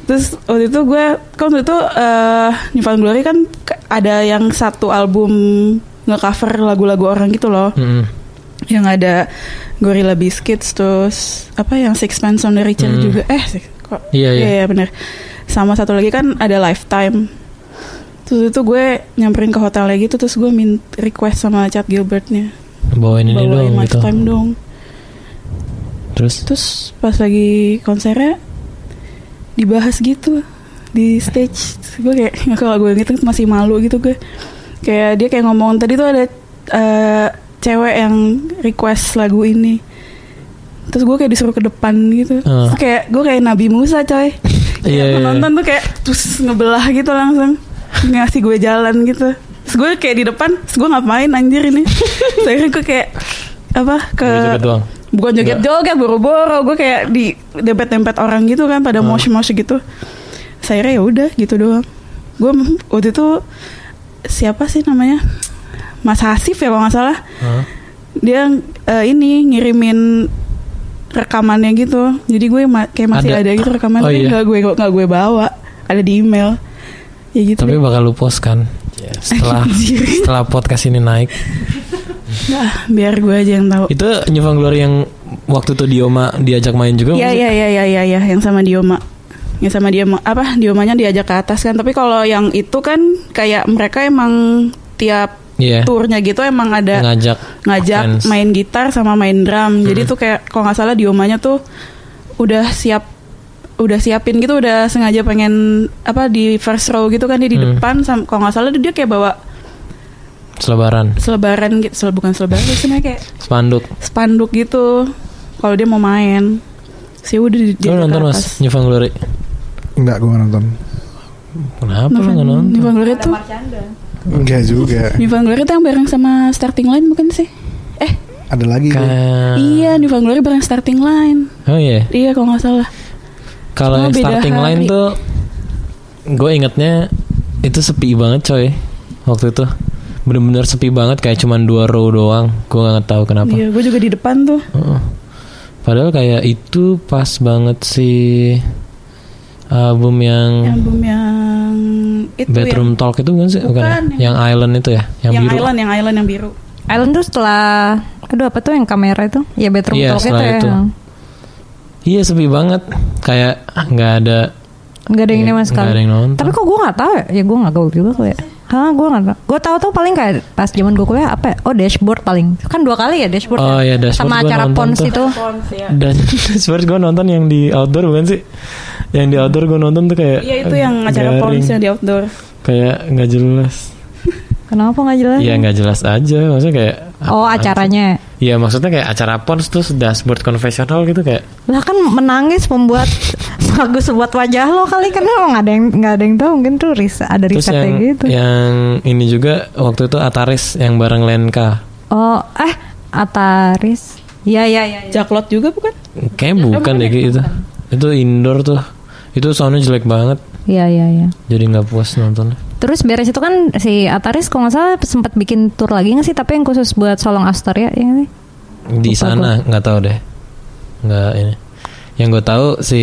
S2: Terus waktu itu gue, kan waktu itu eh Newfound Glory kan ke- ada yang satu album ngecover lagu-lagu orang gitu loh,
S3: Mm-mm.
S2: yang ada Gorilla Biscuits terus apa yang Sixpence on the Richter
S3: Hmm.
S2: juga. Eh, sih, kok
S3: Iya, iya.
S2: bener. Sama satu lagi kan ada Lifetime. Terus itu gue nyamperin ke hotelnya gitu terus gue min request sama Chad Gilbertnya
S3: Bawain ini
S2: bawain
S3: dong gitu.
S2: lifetime dong
S3: Terus
S2: terus pas lagi konsernya dibahas gitu di stage Terus gue kayak nggak kalau gue gitu masih malu gitu gue kayak dia kayak ngomong tadi tuh ada eh, cewek yang request lagu ini terus gue kayak disuruh ke depan gitu
S3: Ah.
S2: Terus kayak gue kayak Nabi Musa coy
S3: Iya, iya,
S2: Kayak
S3: iya.
S2: penonton tuh kayak terus ngebelah gitu langsung ngasih gue jalan gitu terus gue kayak di depan terus gue ngapain anjir ini Terus akhirnya gue kayak apa ke
S3: Joget-joget doang.
S2: bukan joget joget boro-boro gue kayak di dempet dempet orang gitu kan pada
S3: Hmm.
S2: mosh mosh gitu saya ya udah gitu doang gue m- waktu itu siapa sih namanya Mas Hasif ya kalau nggak salah
S3: Hah?
S2: dia eh, ini ngirimin rekamannya gitu jadi gue ma- kayak masih
S3: Ada.
S2: ada, gitu rekamannya
S3: Oh,
S2: tapi
S3: iya.
S2: nggak gue nggak gue bawa ada di email ya gitu
S3: tapi
S2: deh.
S3: bakal lu post kan? Setelah
S2: Anjir.
S3: setelah podcast ini naik.
S2: Nggak, biar gue aja yang tahu
S3: Itu Newfound Glory yang waktu itu Dioma diajak main juga
S2: Iya
S3: nggak sih?
S2: iya iya iya iya ya, yang sama Dioma. Yang sama Dioma apa Diomanya diajak ke atas kan. Tapi kalau yang itu kan kayak mereka emang tiap
S3: Iya.
S2: turnya gitu emang ada
S3: Ngajak
S2: ngajak
S3: fans.
S2: main gitar sama main drum. Jadi tuh kayak kalau nggak salah Diomanya tuh udah siap udah siapin gitu udah sengaja pengen apa di first row gitu kan dia di
S3: Hmm.
S2: depan sam- kalau nggak salah dia kayak bawa
S3: selebaran,
S2: selebaran gitu sel- bukan selebaran sih, sebenarnya kayak
S3: spanduk.
S2: spanduk gitu kalau dia mau main sih udah di,
S3: Lu
S2: diajak ke
S3: nonton
S2: atas.
S3: Mas Newfound Glory?
S4: Enggak gue nonton.
S3: Kenapa lu
S2: Novan-
S3: nggak nonton?
S2: Nivan Glory tuh
S4: Enggak juga.
S2: Nivan Glory tuh yang bareng sama Starting Line bukan sih? Eh
S4: Ada lagi.
S3: Kan-
S2: iya Nivan Glory bareng Starting Line
S3: Oh iya.
S2: Iya kalau nggak salah
S3: Kalau
S2: Cuma
S3: yang
S2: beda
S3: starting
S2: hari.
S3: line tuh gue ingetnya itu sepi banget coy waktu itu bener-bener sepi banget kayak cuman dua row doang gue nggak tahu kenapa
S2: Iya gue juga di depan tuh
S3: Heeh. padahal kayak itu pas banget sih album yang
S2: Album yang itu
S3: Hmm. bedroom talk itu bukan sih bukan, ya?
S2: Bukan,
S3: yang, island itu ya
S2: yang,
S3: yang,
S2: yang
S3: biru
S2: Island yang Island yang biru
S1: Island tuh setelah aduh apa tuh yang kamera itu? Ya bedroom
S3: Iya,
S1: talk itu
S3: setelah
S1: ya.
S3: itu. iya sepi banget kayak nggak ada
S1: Enggak ada yang
S3: Iya,
S1: nembak sekali.
S3: nggak ada yang nonton.
S1: Tapi kok gue nggak tahu ya? Ya gue nggak gaul juga kali ya. Hah, gue nggak tahu. Gue tahu tuh paling kayak pas zaman gue kuliah apa? ya? Oh dashboard paling. Kan dua kali ya dashboard.
S3: Oh, iya,
S1: ya?
S3: Dashboard
S1: Sama
S3: gua
S1: acara
S3: nonton
S1: pons
S3: tuh.
S1: itu.
S3: dan sebenarnya gue nonton yang di outdoor bukan sih yang di outdoor gue nonton tuh kayak
S2: Iya itu yang acara
S3: garing.
S2: Pons yang di outdoor
S3: kayak nggak jelas
S1: Kenapa nggak jelas?
S3: Iya nggak jelas aja maksudnya kayak
S1: Oh
S3: apaan sih?
S1: acaranya.
S3: Iya maksudnya kayak acara pons terus dashboard konvensional gitu kayak
S1: Lah kan menangis membuat bagus buat wajah lo kali karena nggak ada yang nggak ada yang tahu mungkin tuh ris ada
S3: terus
S1: riset
S3: yang ya.
S1: kayak gitu.
S3: yang ini juga waktu itu Ataris yang bareng Lenka
S1: Oh eh Ataris. Iya iya iya. iya.
S2: Jaklot juga bukan?
S3: kayak
S2: Iya,
S3: bukan deh gitu itu indoor tuh itu soundnya jelek banget
S1: Iya iya iya.
S3: jadi nggak puas nonton
S1: Terus beres itu kan si Ataris kalau nggak salah sempat bikin tour lagi nggak sih? Tapi yang khusus buat Solong Astoria ya nggak sih?
S3: di
S1: Lupa
S3: sana nggak tahu deh nggak ini yang gue tahu si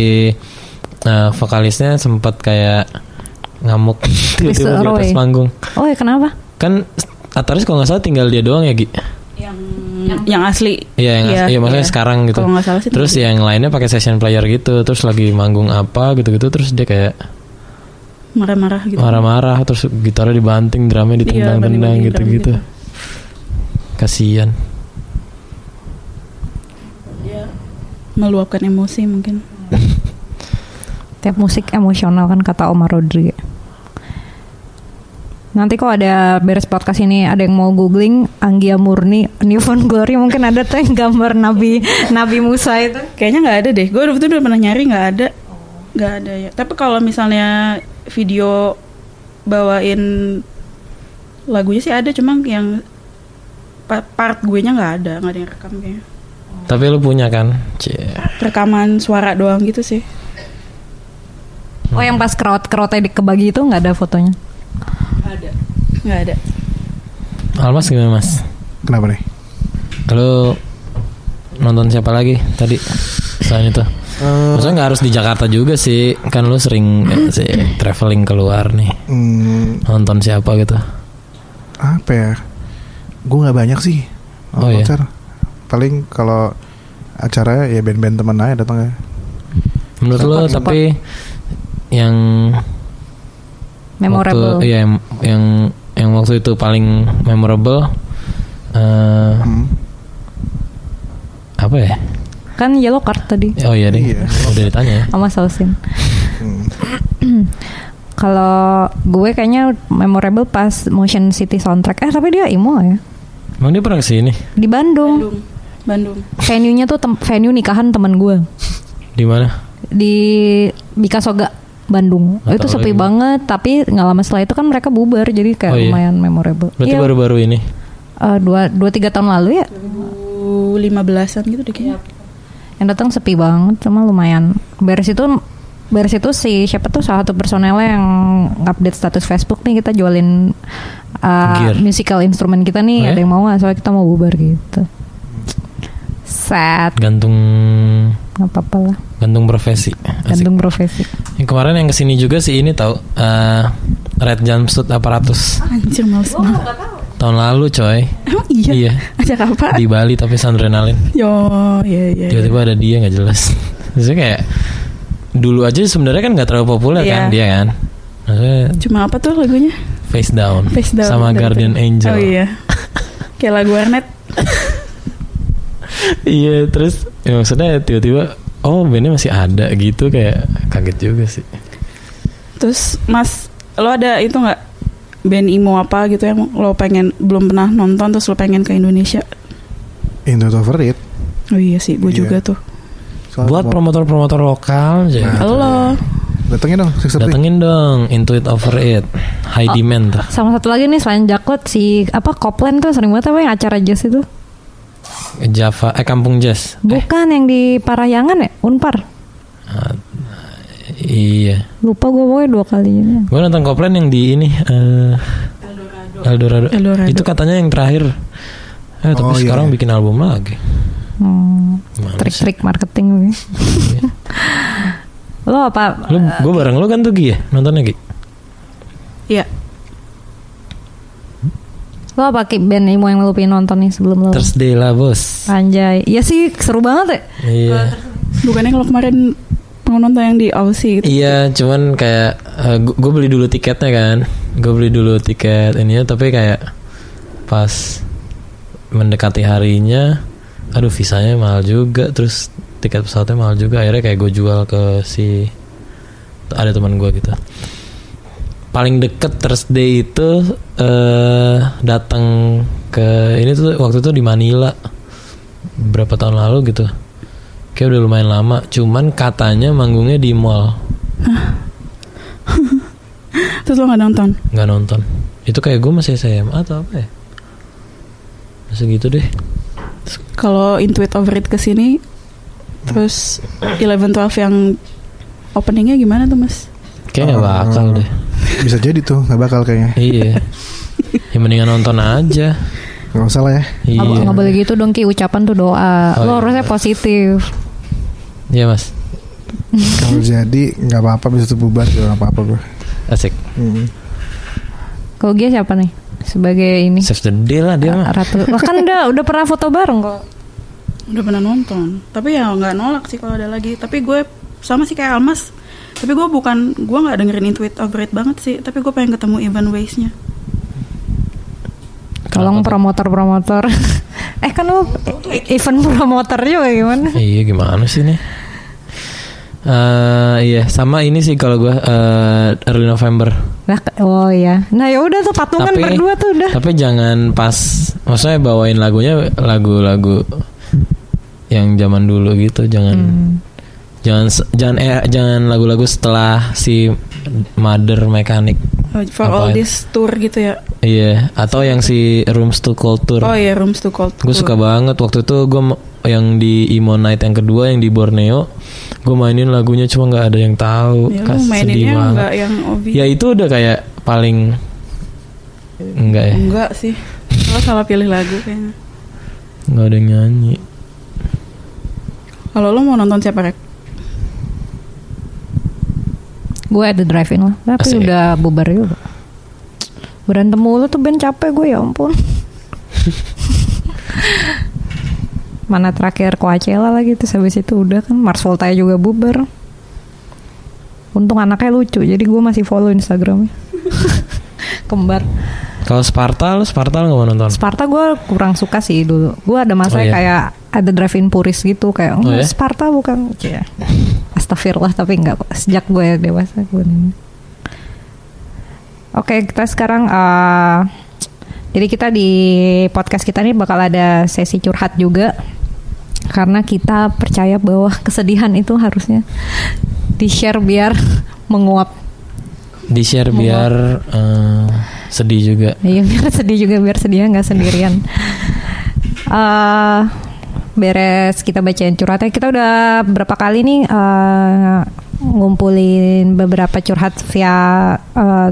S3: eh, vokalisnya sempat kayak ngamuk tiba-tiba di
S1: Roy.
S3: atas panggung
S1: Oh ya kenapa?
S3: kan Ataris kalau nggak salah tinggal dia doang ya Gi.
S2: yang, yang asli
S3: Iya, yang iya, maksudnya sekarang gitu.
S2: Kalau nggak salah sih
S3: Terus yang lainnya pakai session player gitu, terus lagi manggung apa gitu-gitu, terus dia kayak
S2: marah-marah gitu Iya,
S3: marah-marah, terus gitarnya dibanting, drumnya ditendang-tendang
S2: banding-banding
S3: gitu-gitu.
S2: drum
S3: Kasihan.
S2: meluapkan emosi mungkin
S1: Tiap musik emosional kan kata Omar Rodri. Nanti kalau ada beres podcast ini ada yang mau googling Anggia Murni Newfound Glory mungkin ada tuh yang gambar Nabi Nabi Musa itu.
S2: kayaknya nggak ada deh gue waktu itu udah pernah nyari nggak ada nggak ada ya tapi kalau misalnya video bawain lagunya sih ada cuma yang pa- part gue nya nggak ada nggak ada yang rekam kayaknya
S3: Tapi lu punya kan? Cie.
S2: rekaman suara doang gitu sih
S1: Oh yang pas crowd crowdnya di kebagi itu nggak ada fotonya.
S2: nggak ada
S3: Almas gimana Mas?
S4: Kenapa nih?
S3: Lu nonton siapa lagi tadi? Selain itu. Maksudnya nggak harus di Jakarta juga sih, kan lu sering eh, sih, traveling keluar nih.
S4: Hmm,
S3: Nonton siapa gitu?
S4: apa ya? Gue nggak banyak sih
S3: Oh,
S4: nonton
S3: iya.
S4: konser. Paling kalau acara ya band-band temen aja datang ya.
S3: Menurut lo
S4: Sempat,
S3: tapi yang
S1: Memorable.
S3: waktu, iya, yang, yang yang waktu itu paling memorable eh,
S4: Hmm.
S3: apa ya?
S1: Kan yellow card tadi
S3: Oh iya deh,
S4: Iya.
S3: udah ditanya ya.
S1: sama Sausin.
S4: Hmm.
S1: Kalau gue kayaknya memorable pas Motion City soundtrack. Eh tapi dia emo ya.
S3: Emang dia pernah kesini?
S1: Di Bandung.
S2: Bandung Bandung
S1: Venue-nya tuh tem- venue nikahan temen gue.
S3: Di mana?
S1: di Bikasoga Bandung.
S3: Nggak
S1: itu
S3: tahu
S1: sepi
S3: lagi.
S1: banget, tapi nggak lama setelah itu kan mereka bubar, jadi kayak
S3: Oh, iya.
S1: lumayan memorable.
S3: Berarti
S1: Iya,
S3: baru-baru ini.
S1: eh, dua dua tiga tahun lalu ya,
S2: 2015an gitu deh kayaknya
S1: yang datang sepi banget, cuma lumayan. Beres itu beres itu si siapa tuh salah satu personelnya yang update status Facebook nih kita jualin eh,
S3: Gear.
S1: musical instrumen kita
S3: Oh,
S1: nih
S3: ya?
S1: ada yang mau nggak soalnya kita mau bubar gitu. Sad,
S3: Gantung
S1: nggak apa-apa lah,
S3: gantung profesi. Asik.
S1: gantung profesi.
S3: Yang kemarin yang kesini juga sih ini tahu eh, Red Jumpsuit Aparatus
S2: anjir males banget
S3: tahun lalu coy.
S2: emang iya,
S3: Iya.
S2: acara apa
S3: Di Bali tapi Sandrenalin.
S2: yo iya iya iya.
S3: tiba-tiba ada dia nggak jelas maksudnya kayak dulu aja sebenarnya kan nggak terlalu populer
S2: Iya.
S3: kan dia kan maksudnya
S2: cuma apa tuh lagunya
S3: face down,
S2: Face Down
S3: sama
S2: Betul-betul.
S3: guardian angel
S2: oh iya kayak lagu warnet
S3: Iya, terus ya maksudnya tiba-tiba oh bandnya masih ada gitu kayak kaget juga sih
S2: terus mas lo ada itu nggak band emo apa gitu yang lo pengen belum pernah nonton terus lo pengen ke Indonesia
S4: Indo favorit.
S2: oh iya sih gue
S4: Iya.
S2: juga tuh
S4: Soalnya
S3: buat
S4: mau-
S3: promotor-promotor lokal aja
S4: Nah,
S3: gitu.
S2: lo
S4: Datengin dong, Sixer
S3: datengin dong intuit over it high
S4: Ah.
S1: Oh.
S3: demand tuh
S1: Sama satu lagi nih selain Jaklet si apa Koplen tuh sering banget apa yang acara jazz
S3: Eh.
S1: itu?
S3: Java eh kampung jazz Eh,
S1: Bukan yang di Parahyangan ya, Unpar.
S3: iya
S1: Lupa gue pokoknya dua kali ini.
S3: gue nonton koplen yang di ini eh, Eldorado.
S2: Eldorado.
S3: itu katanya yang terakhir eh, tapi
S4: Oh, iya,
S3: sekarang
S4: iya.
S3: bikin album lagi
S1: Hmm,
S3: Gimana sih?
S1: trik-trik marketing.
S3: Iya.
S1: Lo apa?
S3: lu gue bareng lu kan tuh Gi ya nontonnya Gi
S2: iya
S1: Lo apa Ki, band emo yang lo pengen nonton nih sebelum lo?
S3: Thursday lah bos
S1: Anjay. Iya sih seru banget ya.
S3: iya
S2: bukannya kalau kemarin mau nonton yang di Aussie gitu
S3: iya cuman kayak gue beli dulu tiketnya kan gue beli dulu tiket ininya tapi kayak pas mendekati harinya aduh visanya mahal juga terus tiket pesawatnya mahal juga akhirnya kayak gue jual ke si ada teman gue gitu paling deket Thursday itu eh datang ke ini tuh waktu itu di Manila berapa tahun lalu gitu kayak udah lumayan lama cuman katanya manggungnya di mall
S4: Iya.
S2: terus lo nggak nonton
S3: nggak nonton itu kayak gue masih SMA atau apa ya masih gitu deh
S2: Terus kalau Intuit Over It kesini terus Eleven Twelve yang openingnya gimana tuh mas
S3: kayak nggak bakal
S4: Hmm.
S3: deh
S4: Bisa jadi tuh, nggak bakal kayaknya.
S3: iya ya mendingan nonton aja
S4: Nggak usah lah ya.
S3: iya
S1: Nggak- nggak boleh gitu dong Ki, ucapan tuh doa.
S3: Oh,
S1: lo
S3: iya.
S1: harusnya positif.
S3: iya mas
S4: Kalau jadi nggak apa-apa bisa tuh bubar juga nggak apa-apa gue.
S3: asik
S4: Hmm.
S1: Kalau dia siapa nih? sebagai ini
S3: Save the day lah dia mah.
S1: ratu. Lah kan udah udah pernah foto bareng kok.
S2: Udah pernah nonton. Tapi ya nggak nolak sih kalau ada lagi. Tapi gue sama sih kayak Almas. Tapi gue bukan, gue nggak dengerin Intuit Overrated banget sih. Tapi gue pengen ketemu Ivan Weiss-nya.
S1: Tolong
S3: Kenapa
S1: promotor-promotor. eh kan lu event promotor juga gimana?
S3: Iya gimana sih nih? Eh iya sama ini sih kalau gue eh, early November.
S1: Lah, ke- oh ya. Nah ya udah tuh patungan
S3: Tapi-
S1: berdua tuh udah.
S3: Tapi jangan pas, maksudnya bawain lagunya lagu-lagu yang zaman dulu gitu, jangan
S1: Hmm.
S3: jangan se- jangan eh, jangan lagu-lagu setelah si Mother Mechanic.
S2: Oh, For all
S3: Apaan?
S2: this tour gitu ya.
S3: Iya, atau yang si Rooms to Cold Tour.
S2: Oh iya, Rooms to Cold.
S3: Gue
S2: Tour.
S3: suka banget waktu itu gue yang di Imo Night yang kedua yang di Borneo, gue mainin lagunya cuma nggak ada yang tahu.
S2: Ya,
S3: Kas-
S2: lu
S3: sedih
S2: maininnya
S3: banget.
S2: nggak yang obvious.
S3: Ya itu udah kayak paling enggak ya,
S2: Enggak sih. Lo salah pilih lagu kayaknya.
S3: nggak ada yang nyanyi.
S2: Kalau lo mau nonton siapa rek?
S1: Gue ada drive-in lah. Tapi
S3: Asik.
S1: udah bubar juga. Berantem mulu tuh band capek gue ya ampun. Mana terakhir Coachella lagi terus habis itu udah kan Mars Volta juga bubar. Untung anaknya lucu jadi gue masih follow Instagramnya. Kembar.
S3: Kalau Sparta, lu Sparta lu nggak mau nonton?
S1: Sparta gue kurang suka sih dulu. Gue ada masa
S3: Oh, iya.
S1: kayak ada drive-in puris gitu kayak "Oh,
S3: Oh, iya?
S1: Sparta bukan. Cie. Astagfirullah tapi nggak kok. sejak gue dewasa gue ini. Oke kita sekarang eh, jadi kita di podcast kita nih bakal ada sesi curhat juga karena kita percaya bahwa kesedihan itu harusnya di share biar menguap.
S3: Di share biar eh, sedih juga.
S1: Iya biar sedih juga biar sedih nggak sendirian. Eh, beres kita bacain curhatnya kita udah berapa kali nih eh, ngumpulin beberapa curhat via eh,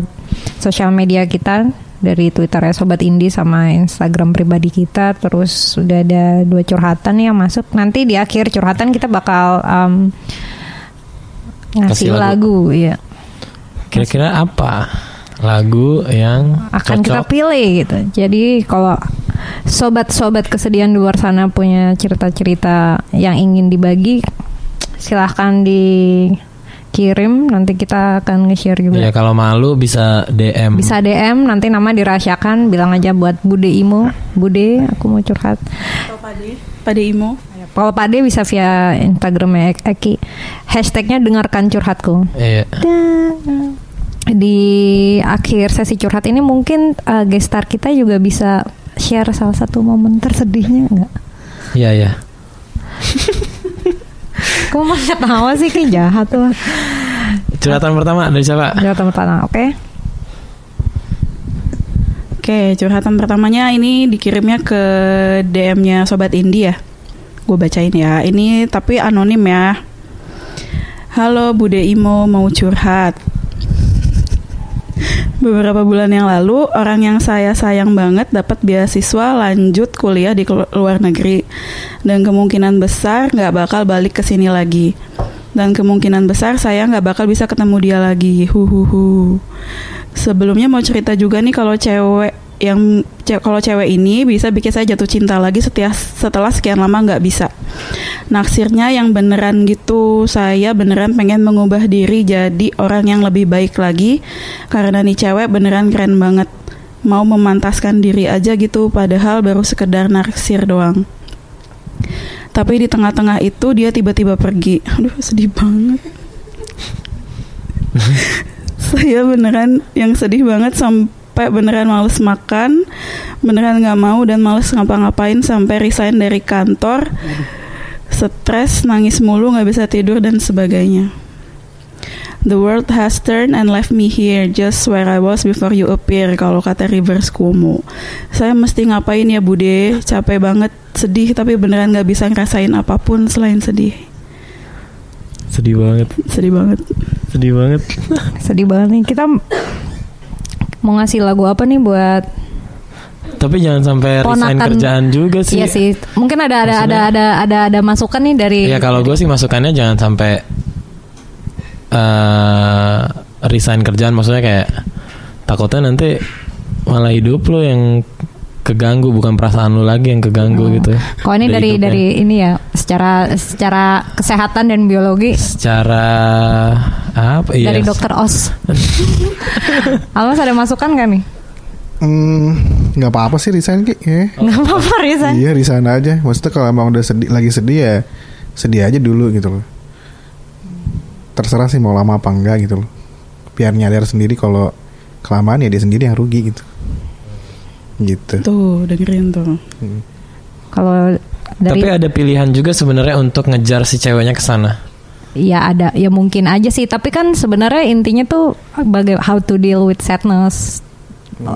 S1: sosial media kita dari Twitter ya Sobat Indi sama Instagram pribadi kita terus sudah ada dua curhatan yang masuk nanti di akhir curhatan kita bakal em, ngasih
S3: Kasih
S1: lagu. ya
S3: Kira-kira apa lagu yang
S1: akan kita
S3: cocok?
S1: pilih gitu. Jadi kalau sobat-sobat kesedihan di luar sana punya cerita-cerita yang ingin dibagi, silahkan dikirim. Nanti kita akan nge-share juga.
S3: Ya kalau malu bisa DM.
S1: Bisa DM, nanti nama dirahasiakan. Bilang aja buat Bude Imo, Bude, aku mau curhat.
S2: Pade. Pade Imo.
S1: Kalau Pak De bisa via Instagramnya Ek- Eki. Hashtagnya dengarkan curhatku.
S3: Iya.
S1: di akhir sesi curhat ini mungkin uh, gestar kita juga bisa share salah satu momen tersedihnya nggak?
S3: Iya ya.
S1: Kamu mau ketawa sih kayak jahat lah.
S3: Curhatan pertama dari siapa?
S1: Udah teman-teman, oke?
S2: Oke, curhatan pertamanya ini dikirimnya ke DM-nya Sobat Indi ya. Gue bacain ya. Ini tapi anonim ya. Halo Bude Imo, mau curhat. Beberapa bulan yang lalu, orang yang saya sayang banget dapat beasiswa lanjut kuliah di kelu- luar negeri. Dan kemungkinan besar nggak bakal balik ke sini lagi. Dan kemungkinan besar saya nggak bakal bisa ketemu dia lagi. Huhuhu. Sebelumnya mau cerita juga nih kalau cewek yang ce- kalau cewek ini bisa bikin saya jatuh cinta lagi setia, setelah sekian lama nggak bisa. Naksirnya yang beneran gitu, saya beneran pengen mengubah diri jadi orang yang lebih baik lagi karena nih cewek beneran keren banget. Mau memantaskan diri aja gitu padahal baru sekedar naksir doang. Tapi di tengah-tengah itu dia tiba-tiba pergi. Aduh, sedih banget. Saya beneran yang sedih banget sampai beneran males makan, beneran nggak mau dan males ngapa-ngapain sampai resign dari kantor. Stres, nangis mulu, nggak bisa tidur dan sebagainya. The world has turned and left me here just where I was before you appear kalau kata Rivers Cuomo. Saya mesti ngapain ya Bude? Capek banget, sedih tapi beneran nggak bisa ngerasain apapun selain sedih.
S3: Sedih banget.
S2: Sedih banget.
S3: Sedih banget.
S1: Sedih banget nih. Kita mau ngasih lagu apa nih buat
S3: Tapi jangan sampai resign
S1: Ponakan.
S3: kerjaan juga sih.
S1: Iya sih. Mungkin ada ada ada ada ada ada masukan nih dari
S3: Iya kalau gue sih masukannya jangan sampai eh resign kerjaan maksudnya kayak takutnya nanti malah hidup lu yang keganggu bukan perasaan lu lagi yang
S1: Oh,
S3: keganggu gitu.
S1: Kalau ini dari
S3: hidupnya.
S1: dari ini ya secara secara kesehatan dan biologi
S3: secara apa iya,
S1: dari dokter Os. Almas ada masukan gak nih?
S4: Hmm, nggak apa-apa sih resign Ki. Ya.
S1: Nggak apa-apa Rizan.
S4: Iya resign aja. Maksudnya kalau emang udah sedih, lagi sedih ya sedih aja dulu gitu loh. Terserah sih mau lama apa enggak gitu loh. Biar nyadar sendiri kalau kelamaan ya dia sendiri yang rugi gitu. Gitu. Hmm.
S2: Tuh dengerin tuh.
S1: Kalau dari
S3: Tapi ada pilihan juga sebenarnya untuk ngejar si ceweknya ke sana.
S1: ya ada ya mungkin aja sih tapi kan sebenarnya intinya tuh baga- how to deal with sadness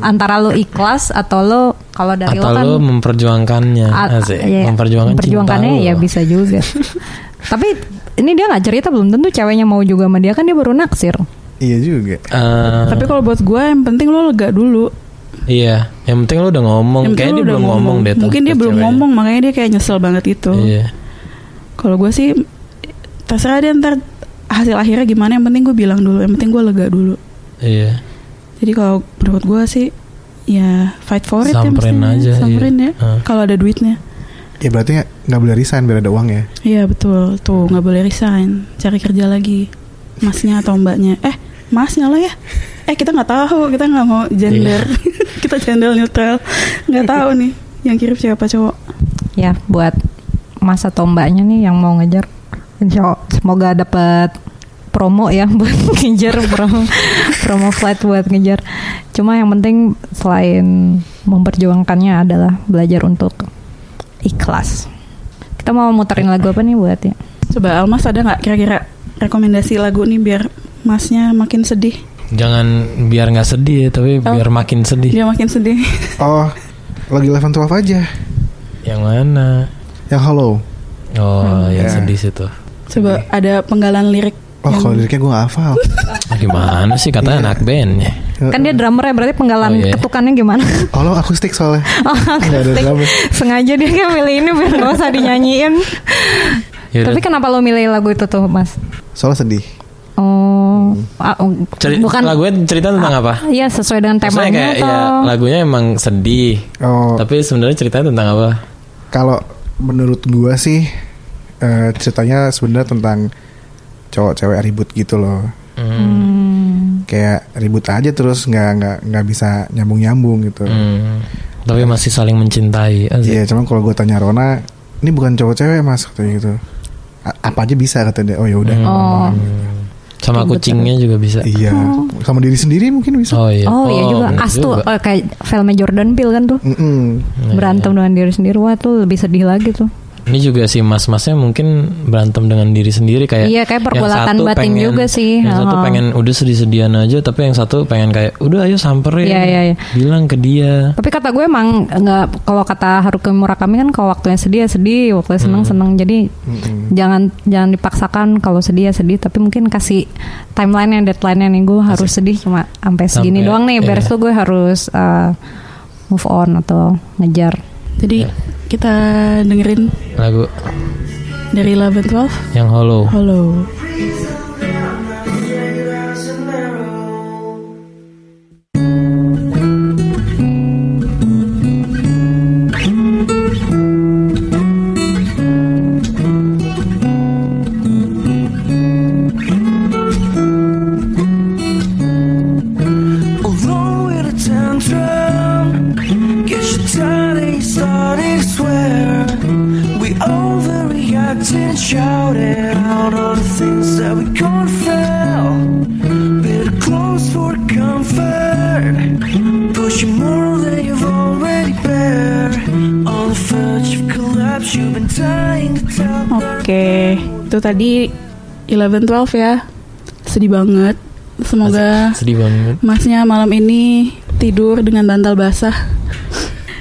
S1: antara lo ikhlas atau lo kalau dari
S3: Hmm. Atau
S1: lo kan
S3: lu memperjuangkannya.
S1: A-
S3: Asik.
S1: iya, iya.
S3: memperjuangkan cinta
S1: Memperjuangkannya
S3: lu.
S1: ya bisa juga. Tapi ini dia nggak cerita belum tentu ceweknya mau juga sama dia kan dia baru naksir.
S4: Iya juga.
S3: Eh,
S2: Tapi kalau buat gue yang penting lo lega dulu.
S3: iya, yang penting lu udah ngomong.
S2: Yang penting
S3: Kayaknya
S2: lu
S3: dia
S2: udah
S3: belum ngomong, deh. tuh
S2: Mungkin dia
S3: ke
S2: belum
S3: ceweknya.
S2: ngomong makanya dia kayak nyesel banget gitu.
S3: Iya.
S2: Kalau gue sih terserah dia ntar hasil akhirnya gimana yang penting gue bilang dulu yang penting gue lega dulu
S3: Iya.
S2: jadi kalau menurut gue sih ya fight for it ya
S3: Samperin
S2: mestinya.
S3: aja, iya.
S2: samperin ya
S3: Heeh.
S2: kalau ada duitnya
S4: Ya berarti nggak- nggak boleh resign biar ada uang ya.
S2: Iya betul tuh nggak boleh resign cari kerja lagi masnya atau mbaknya eh masnya lah ya eh kita nggak tahu kita nggak mau gender
S3: Iya.
S2: kita gender neutral nggak tahu nih yang kirim siapa cowok
S1: Ya buat masa tombaknya nih yang mau ngejar. Insya Allah, semoga dapat promo ya buat ngejar promo, promo flight buat ngejar. Cuma yang penting selain memperjuangkannya adalah belajar untuk ikhlas. Kita mau muterin lagu apa nih buat ya?
S2: coba Almas ada nggak kira-kira rekomendasi lagu nih biar masnya makin sedih
S3: Jangan biar nggak sedih, ya, tapi
S2: Oh.
S3: biar makin sedih.
S2: dia makin sedih
S4: Oh, lagi 11 12 aja. Ya,
S3: Yang mana?
S4: Yang hollow.
S3: Oh,
S2: Hmm.
S3: yang
S4: Iya.
S3: sedih situ.
S2: coba ada penggalan lirik
S4: Oh, kalau liriknya gue gak hafal.
S3: Ah, Gimana sih
S4: Iya.
S3: katanya anak bandnya?
S1: Kan dia drummer ya berarti penggalan
S3: Oh, iya.
S1: ketukannya gimana?
S4: Hollow akustik soalnya.
S1: Oh,
S4: Nggak ada
S1: ketik.
S4: drumnya.
S1: Sengaja dia kan milih ini biar gak usah dinyanyiin.
S3: Yaudah.
S1: Tapi
S3: iya.
S2: kan
S1: kenapa lo milih lagu itu tuh, Mas?
S4: Soalnya sedih.
S1: Oh,
S3: Hmm.
S1: ah, oh,
S3: Ceri-
S1: bukan
S3: lagunya cerita tentang
S2: Ah,
S3: apa?
S1: Iya, sesuai dengan
S3: Ah, Maksudnya
S1: temanya
S3: kayak
S1: atau
S3: ya, lagunya emang sedih.
S4: Oh,
S3: Tapi sebenarnya ceritanya tentang apa?
S4: kalau menurut gua sih eh, ceritanya sebenarnya tentang cowok cewek ribut gitu loh.
S2: Hmm.
S1: Hmm.
S4: Kayak ribut aja terus nggak nggak nggak bisa nyambung nyambung gitu.
S3: Hmm. Tapi masih saling mencintai. eh, asik.
S4: Iya, cuman kalau gua tanya Rona, ini bukan cowok cewek mas katanya gitu. "A- apa aja bisa kata dia. Oh ya
S3: Hmm.
S4: udah.
S1: Oh.
S3: Sama kucingnya juga bisa.
S4: Iya, sama diri sendiri mungkin bisa.
S3: Oh iya.
S1: Oh, iya juga
S3: bener
S1: Astu
S3: juga.
S1: oh, kayak filmnya Jordan Peele kan tuh.
S4: Mm-mm.
S3: Iya.
S1: Berantem dengan diri sendiri wah tuh lebih sedih lagi tuh.
S3: Ini juga si mas-masnya mungkin berantem dengan diri sendiri kayak.
S1: Iya, kayak
S3: yang
S1: pergulatan
S3: satu
S1: batin
S3: pengen-
S1: juga sih.
S3: Yang satu
S1: Ha-ha.
S3: pengen udah sedih-sedihan aja, tapi yang satu pengen kayak udah ayo samperin.
S1: Iya, iya, iya.
S3: Bilang ke dia.
S1: Tapi kata gue emang nggak kalau kata Haruki Murakami kan kalau waktunya sedih ya sedih, waktunya
S3: Hmm.
S1: senang senang. Jadi jangan jangan dipaksakan kalau sedih ya sedih, tapi mungkin kasih timeline yang deadline nih gue harus sedih cuma sampai segini
S3: Sampai-
S1: doang nih.
S3: iya.
S1: Beres tuh gue harus eh, move on atau ngejar.
S2: jadi kita dengerin
S3: Lagu
S2: dari Eleven Twelve
S3: yang hollow.
S2: Hello
S5: Although in a tantrum, guess your daddy started to swear. We overreacted and shouted out all the things that we can't feel. Better close for comfort, pushing more than you've already bear. On the verge of collapse, you've been dying to tell.
S2: Oh. Oke, itu tadi 11-12 ya. Sedih banget. Semoga
S3: Sedih banget.
S2: masnya malam ini tidur dengan bantal basah.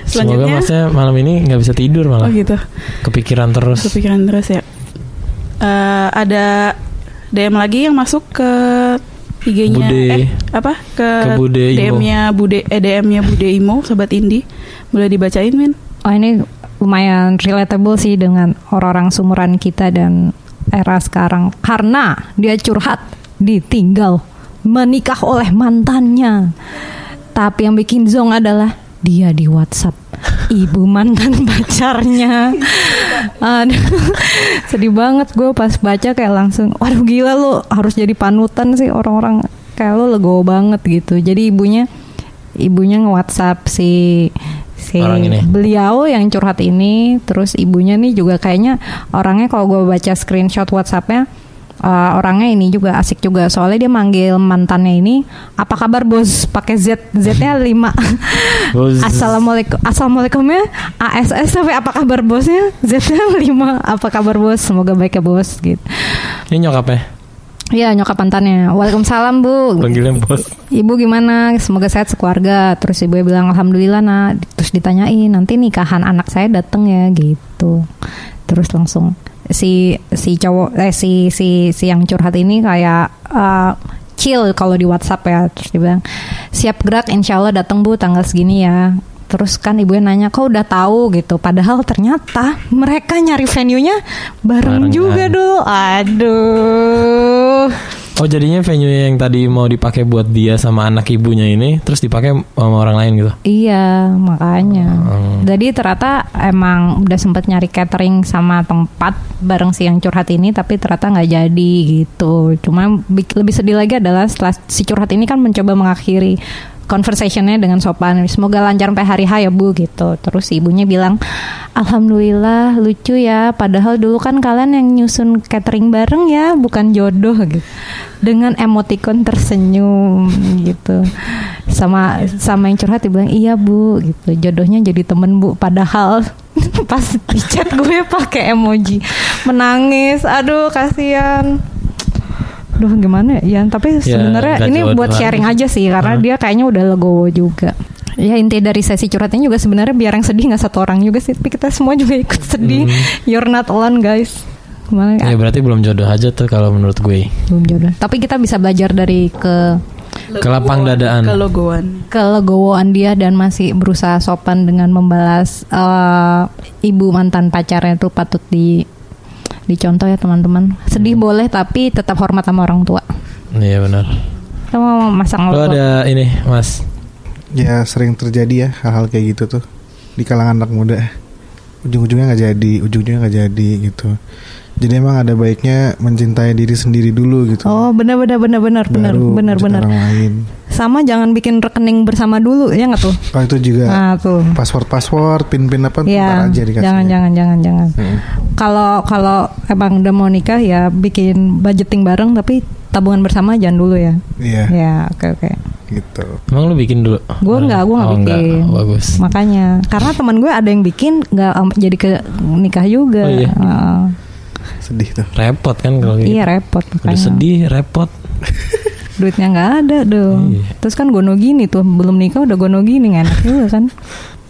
S3: Semoga
S2: Selanjutnya,
S3: masnya malam ini nggak bisa tidur
S2: oh
S3: malah.
S2: gitu,
S3: Kepikiran terus.
S2: kepikiran terus ya. Eh, ada DM lagi yang masuk ke IG-nya
S3: Bude.
S2: eh apa ke,
S3: Ke Bude Imo.
S2: DM-nya Bude eh DM-nya Bude Imo sobat Indi boleh dibacain Min
S1: Oh ini lumayan relatable sih dengan orang-orang sumuran kita dan era sekarang karena dia curhat ditinggal menikah oleh mantannya. Tapi yang bikin zong adalah dia di WhatsApp ibu mantan pacarnya. Aduh, sedih banget gue pas baca kayak langsung, waduh gila lu harus jadi panutan sih orang-orang kayak lu legowo banget gitu. Jadi ibunya ibunya nge-WhatsApp si si
S3: Orang ini.
S1: beliau yang curhat ini terus ibunya nih juga kayaknya orangnya kalau gue baca screenshot WhatsAppnya eh, orangnya ini juga asik juga soalnya dia manggil mantannya ini apa kabar bos pakai z z-nya 5
S3: Bos.
S1: assalamualaikum assalamualaikumnya ass sampai apa kabar bosnya z-nya 5 apa kabar bos semoga baik ya bos gitu
S3: Ini nyokapnya.
S1: Iya nyokap mantannya Waalaikumsalam bu
S3: Panggilnya bos.
S1: Ibu gimana? Semoga sehat sekeluarga. Terus ibu bilang alhamdulillah nak. Terus ditanyain nanti nikahan anak saya dateng ya gitu. Terus langsung si si cowok eh si si si yang curhat ini kayak eh, chill kalau di WhatsApp ya. Terus dibilang siap gerak insya Allah dateng bu tanggal segini ya. Terus kan ibunya nanya kau udah tahu gitu. Padahal ternyata mereka nyari venue-nya bareng
S3: Barengan.
S1: juga dulu. Aduh.
S3: Oh jadinya venue yang tadi mau dipakai buat dia sama anak ibunya ini terus dipakai sama orang lain gitu.
S1: Iya, makanya.
S3: Hmm.
S1: Jadi ternyata emang udah sempet nyari catering sama tempat bareng si yang curhat ini, tapi ternyata nggak jadi gitu. Cuma bi- lebih sedih lagi adalah setelah si curhat ini kan mencoba mengakhiri conversationnya dengan sopan. Semoga lancar sampai hari H ya bu gitu. Terus si ibunya bilang, Alhamdulillah lucu ya. Padahal dulu kan kalian yang nyusun catering bareng ya, bukan jodoh gitu. Dengan emoticon tersenyum gitu sama sama yang curhat dibilang iya bu gitu jodohnya jadi temen bu padahal pas di chat gue pakai emoji menangis aduh kasihan Duh gimana ya tapi sebenarnya
S3: nggak
S1: ini
S3: jauh
S1: buat
S3: dari-
S1: sharing aja sih karena
S3: Hah?
S1: dia kayaknya udah legowo juga ya inti dari sesi curhatnya juga sebenarnya biar yang sedih nggak satu orang juga sih tapi kita semua juga ikut
S3: Hmm.
S1: sedih you're not alone guys kemarin
S3: Ya berarti belum jodoh aja tuh kalau menurut gue.
S1: belum jodoh tapi kita bisa belajar dari ke
S3: Kelapang dadaan.
S2: Kelogoan.
S1: kelegowoan dia dan masih berusaha sopan dengan membalas eh, ibu mantan pacarnya itu patut di dicontoh ya teman-teman. Sedih
S3: Hmm.
S1: boleh tapi tetap hormat sama orang tua.
S3: Iya benar.
S1: Kita mau masang
S3: Lo
S1: logo.
S3: ada ini mas.
S4: Ya sering terjadi ya hal-hal kayak gitu tuh di kalangan anak muda. Ujung-ujungnya nggak jadi, ujung-ujungnya nggak jadi gitu. Jadi emang ada baiknya mencintai diri sendiri dulu gitu.
S1: Oh benar benar benar benar benar
S4: Baru
S1: benar
S4: mencintai
S1: benar.
S4: Orang lain.
S1: Sama jangan bikin rekening bersama dulu ya nggak tuh?
S4: Oh itu juga
S1: Nah tuh.
S4: password-password, pin-pin apa ntar
S1: Ya,
S4: aja dikasih. Hmm.
S1: jangan jangan jangan jangan. Kalau kalau emang udah mau nikah ya bikin budgeting bareng tapi tabungan bersama jangan dulu ya.
S4: Iya,
S1: Ya, oke oke.
S4: gitu.
S3: Emang lu bikin dulu?
S1: Gue nggak, gue nggak
S3: Oh,
S1: bikin.
S3: Oh, bagus.
S1: Makanya, karena teman gue ada yang bikin nggak am- jadi ke nikah juga.
S3: Oh, iya.
S1: Heeh.
S4: Sedih tuh.
S3: Repot kan kalau gitu.
S1: iya repot
S3: Udah
S1: makanya.
S3: sedih, repot.
S1: Duitnya nggak ada dong.
S3: Iya.
S1: Terus kan gono gini tuh belum nikah udah gono gini nggak enak juga kan.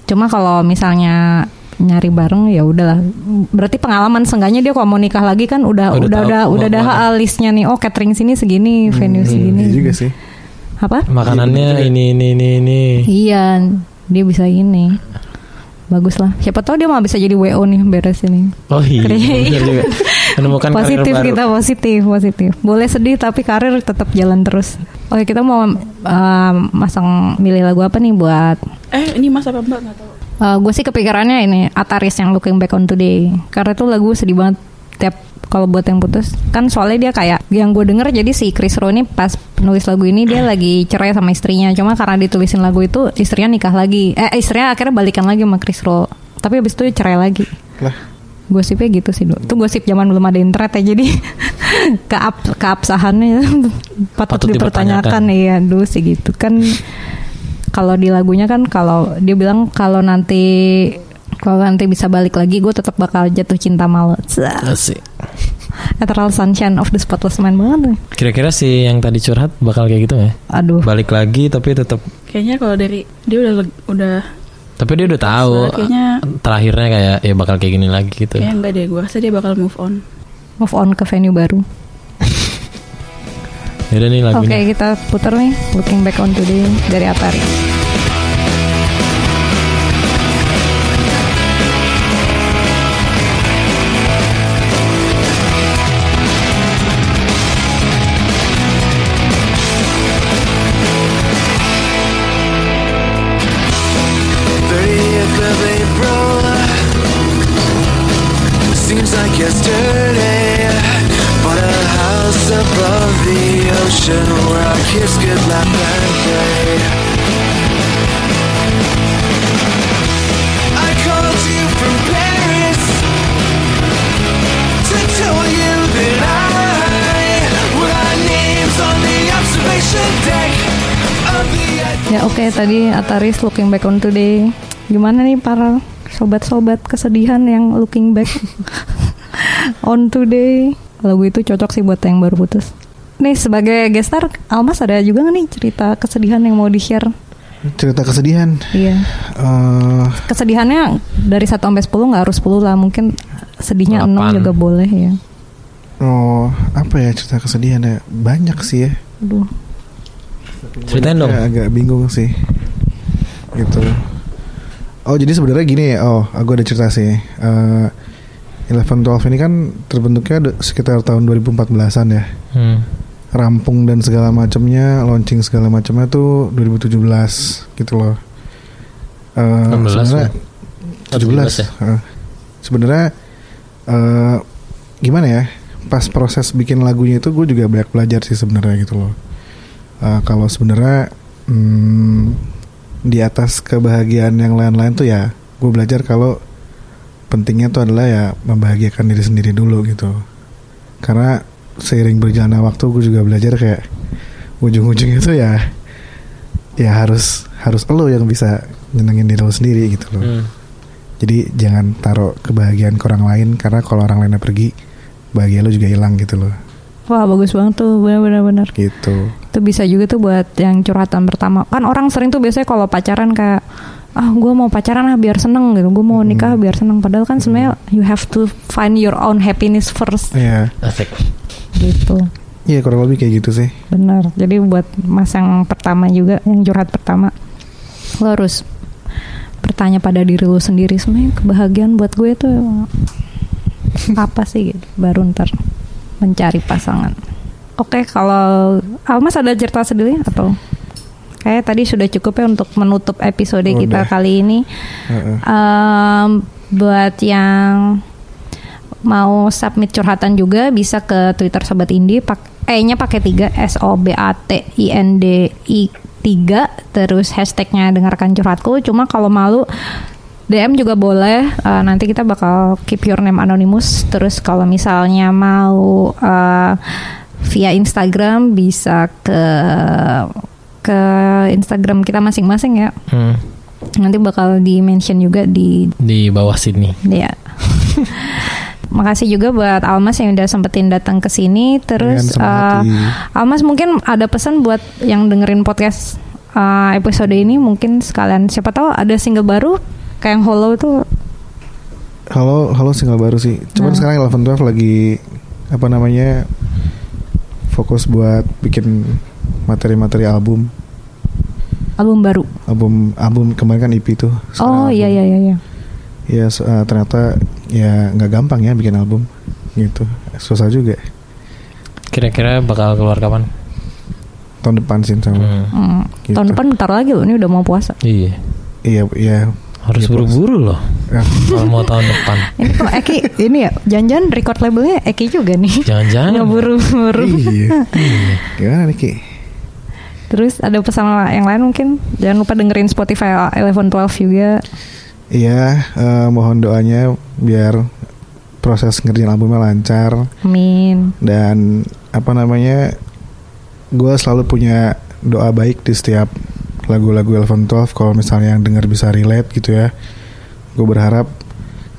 S1: Cuma kalau misalnya nyari bareng ya udahlah. Berarti pengalaman seenggaknya dia kalau mau nikah lagi kan udah udah
S3: Udah tahu
S1: udah
S3: mau
S1: udah ada
S3: kemana.
S1: ah, listnya nih. Oh catering sini segini, venue segini.
S4: Iya juga sih.
S1: Apa?
S3: Makanannya ini ini ini ini.
S1: Iya, dia bisa ini. Bagus lah. Siapa tahu dia mau bisa jadi WO nih beres ini.
S3: Oh iya.
S1: Kerja-
S3: bener juga. Menemukan
S1: positif gitu.
S3: karir
S1: kita
S3: baru.
S1: positif positif boleh sedih tapi karir tetap jalan terus oke kita mau um, masang milih lagu apa nih buat
S2: Eh ini mas apa mbak nggak tahu.
S1: uh, gue sih kepikirannya ini Ataris yang Looking Back on Today karena tuh lagu sedih banget tiap kalau buat yang putus kan soalnya dia kayak yang gue denger jadi si Chris Row ini pas nulis lagu ini
S3: Hmm.
S1: dia lagi cerai sama istrinya cuma karena ditulisin lagu itu istrinya nikah lagi eh istrinya akhirnya balikan lagi sama Chris Row tapi habis itu cerai lagi
S4: Lah,
S1: gosipnya gitu sih dulu. Itu gosip zaman belum ada internet ya jadi keap keabsahannya ya, patut,
S3: Patut
S1: dipertanyakan
S3: dipertanyakan.
S1: iya dulu sih gitu kan kalau di lagunya kan kalau dia bilang kalau nanti kalau nanti bisa balik lagi gue tetap bakal jatuh cinta malu.
S3: Asik.
S1: Eternal Sunshine of the Spotless Mind banget. nih.
S3: Kira-kira si yang tadi curhat bakal kayak gitu nggak ya?
S1: Aduh.
S3: Balik lagi tapi tetap
S2: Kayaknya kalau dari dia udah leg- udah
S3: tapi dia udah tahu
S2: kayaknya-
S3: terakhirnya kayak ya bakal kayak gini lagi gitu.
S1: Iya.
S2: kayaknya enggak deh gue rasa dia bakal move on.
S1: Move on ke venue baru.
S3: Yaudah nih
S1: Oke,
S3: lagunya.
S1: kita putar nih Looking Back on Today dari Atari.
S6: I
S5: good luck that day. I called you from Paris to tell you that I would our names on the observation deck of the
S1: Ya oke tadi Ataris looking back on today. Gimana nih para sobat-sobat kesedihan yang looking back on today? Lagu itu cocok sih buat yang baru putus. Nih sebagai gestar, Almas ada juga nggak nih cerita kesedihan yang mau di share?
S4: cerita kesedihan
S1: Iya.
S4: eh
S1: Kesedihannya dari 1 sampai 10 nggak harus 10 lah, mungkin sedihnya 6
S3: 8.
S1: juga boleh ya.
S4: oh apa ya cerita kesedihan ya banyak sih ya
S1: Aduh.
S3: Ceritain dong.
S4: Kayak agak bingung sih gitu oh jadi sebenarnya gini ya oh aku ada cerita sih Eh, Eleven Twelve ini kan terbentuknya de- sekitar tahun 2014an ya
S3: Hmm.
S4: rampung dan segala macamnya launching segala macamnya tuh 2017 gitu loh Eh,
S3: 16
S4: sebenarnya-
S3: ya?
S4: 17
S3: 17 ya?
S4: eh. sebenarnya eh, gimana ya pas proses bikin lagunya itu gue juga banyak belajar sih sebenarnya gitu loh Eh, kalau sebenarnya hmm, di atas kebahagiaan yang lain-lain tuh ya gue belajar kalau pentingnya tuh adalah ya membahagiakan diri sendiri dulu gitu karena seiring berjalannya waktu gue juga belajar kayak ujung-ujungnya tuh ya ya harus harus lo yang bisa nyenengin diri lo sendiri gitu loh
S3: Hmm.
S4: jadi jangan taruh kebahagiaan ke orang lain karena kalau orang lainnya pergi bahagia lo juga hilang gitu loh
S1: Wah bagus banget tuh, benar-benar.
S4: gitu
S1: Itu bisa juga tuh buat yang curhatan pertama. Kan orang sering tuh biasanya kalau pacaran kayak ah gue mau pacaran ah biar seneng gitu, gue mau nikah biar seneng. Padahal kan sebenarnya you have to find your own happiness first
S4: Iya
S3: Asik.
S1: gitu.
S4: iya kurang lebih kayak gitu sih
S1: Benar. Jadi buat mas yang pertama juga yang curhat pertama lo harus bertanya pada diri lo sendiri sebenarnya kebahagiaan buat gue tuh apa sih gitu. baru ntar mencari pasangan. Oke, kalau Almas ada cerita sedih atau kayak tadi sudah cukup ya untuk menutup episode kita
S4: Udah.
S1: kali ini.
S4: Heeh.
S1: Em, buat yang mau submit curhatan juga bisa ke Twitter Sobat Indi pak E-nya pakai 3 S O B A T I N D I 3 terus hashtagnya dengarkan curhatku cuma kalau malu DM juga boleh Eh, nanti kita bakal keep your name anonymous terus kalau misalnya mau eh, via Instagram bisa ke ke Instagram kita masing-masing ya
S3: Hmm.
S1: nanti bakal di mention juga di
S3: Di bawah Sydney.
S1: ya makasih juga buat Almas yang udah sempetin datang ke sini terus
S4: Keren, sama
S1: eh,
S4: hati.
S1: Almas mungkin ada pesan buat yang dengerin podcast eh, episode ini mungkin sekalian siapa tahu ada single baru kayak yang Hollow tuh
S4: halo halo single baru sih cuman
S1: Nah.
S4: sekarang Eleven Twelve lagi apa namanya fokus buat bikin materi-materi album
S1: album baru
S4: album album kemarin kan EP tuh
S1: oh iya iya iya iya.
S4: ya so- eh, ternyata ya nggak gampang ya bikin album gitu susah juga
S3: Kira-kira bakal keluar kapan?
S4: tahun depan sih sama
S3: Hmm.
S1: Hmm,
S4: Gitu.
S1: tahun depan bentar lagi loh ini udah mau puasa
S3: Iya.
S4: iya iya
S3: Harus
S4: Iya, Bos.
S3: buru-buru loh.
S4: Eh,
S3: Kalau mau tahun depan.
S1: ini kok Eki ini ya jangan-jangan record labelnya Eki juga nih
S3: Jangan-jangan.
S1: buru-buru
S4: iya gimana nih Ki
S1: Terus ada pesan yang lain mungkin jangan lupa dengerin Spotify Eleven Twelve juga.
S4: Iya, eh, mohon doanya biar proses ngerjain albumnya lancar
S1: Amin.
S4: dan apa namanya, gue selalu punya doa baik di setiap lagu-lagu Eleven Twelve. Kalau misalnya yang denger bisa relate gitu ya, gue berharap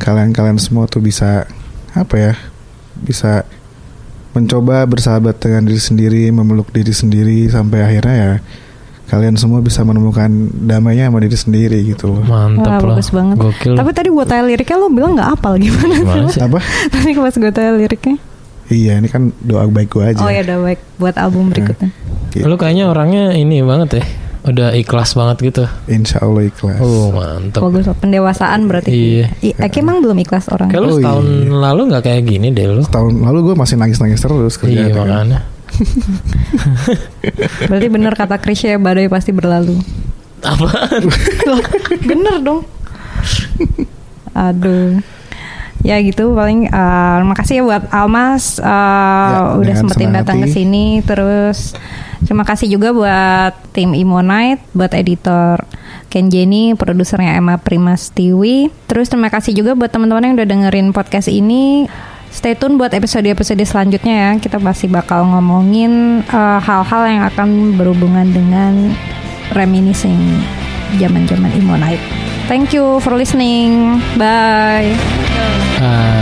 S4: kalian-kalian semua tuh bisa apa ya, bisa mencoba bersahabat dengan diri sendiri, memeluk diri sendiri sampai akhirnya ya kalian semua bisa menemukan damainya sama diri sendiri gitu loh.
S1: Wah,
S3: Mantap loh.
S1: bagus banget.
S3: Gokil.
S1: Tapi tadi gue tanya liriknya lo bilang nggak apal gimana?
S3: Gimana sih?
S4: Apa?
S1: Tadi pas gue tanya liriknya.
S4: Iya, ini kan doa baik gue
S3: Iya.
S4: aja.
S1: Oh ya udah baik buat album berikutnya.
S3: Eh,
S1: Iya.
S4: Gitu.
S3: Lu kayaknya orangnya ini banget ya. Udah ikhlas banget gitu.
S4: Insya Allah ikhlas.
S3: Oh, mantap.
S1: Bagus pendewasaan berarti.
S3: Iya.
S1: I- Eki emang belum ikhlas orang.
S3: Kalau
S4: Oh, iya.
S3: setahun lalu nggak kayak gini deh lu.
S4: Tahun lalu gue masih nangis-nangis terus kerja. gitu kan.
S3: Iya makanya.
S1: Berarti bener kata Krisya badai pasti berlalu.
S3: Apaan?
S1: Loh, bener dong. Aduh. Ya gitu paling eh, makasih ya buat Almas eh,
S4: Ya,
S1: udah
S4: dengan
S1: sempetin
S4: senang
S1: datang ke
S4: hati.
S1: sini terus Terima kasih juga buat tim Imonite, buat editor Ken Jenny, produsernya Emma Primas Tiwi. Terus terima kasih juga buat teman-teman yang udah dengerin podcast ini. Stay tune buat episode-episode selanjutnya ya. Kita masih bakal ngomongin eh, hal-hal yang akan berhubungan dengan reminiscing zaman-zaman Imonite. Thank you for listening. Bye.
S3: Hai.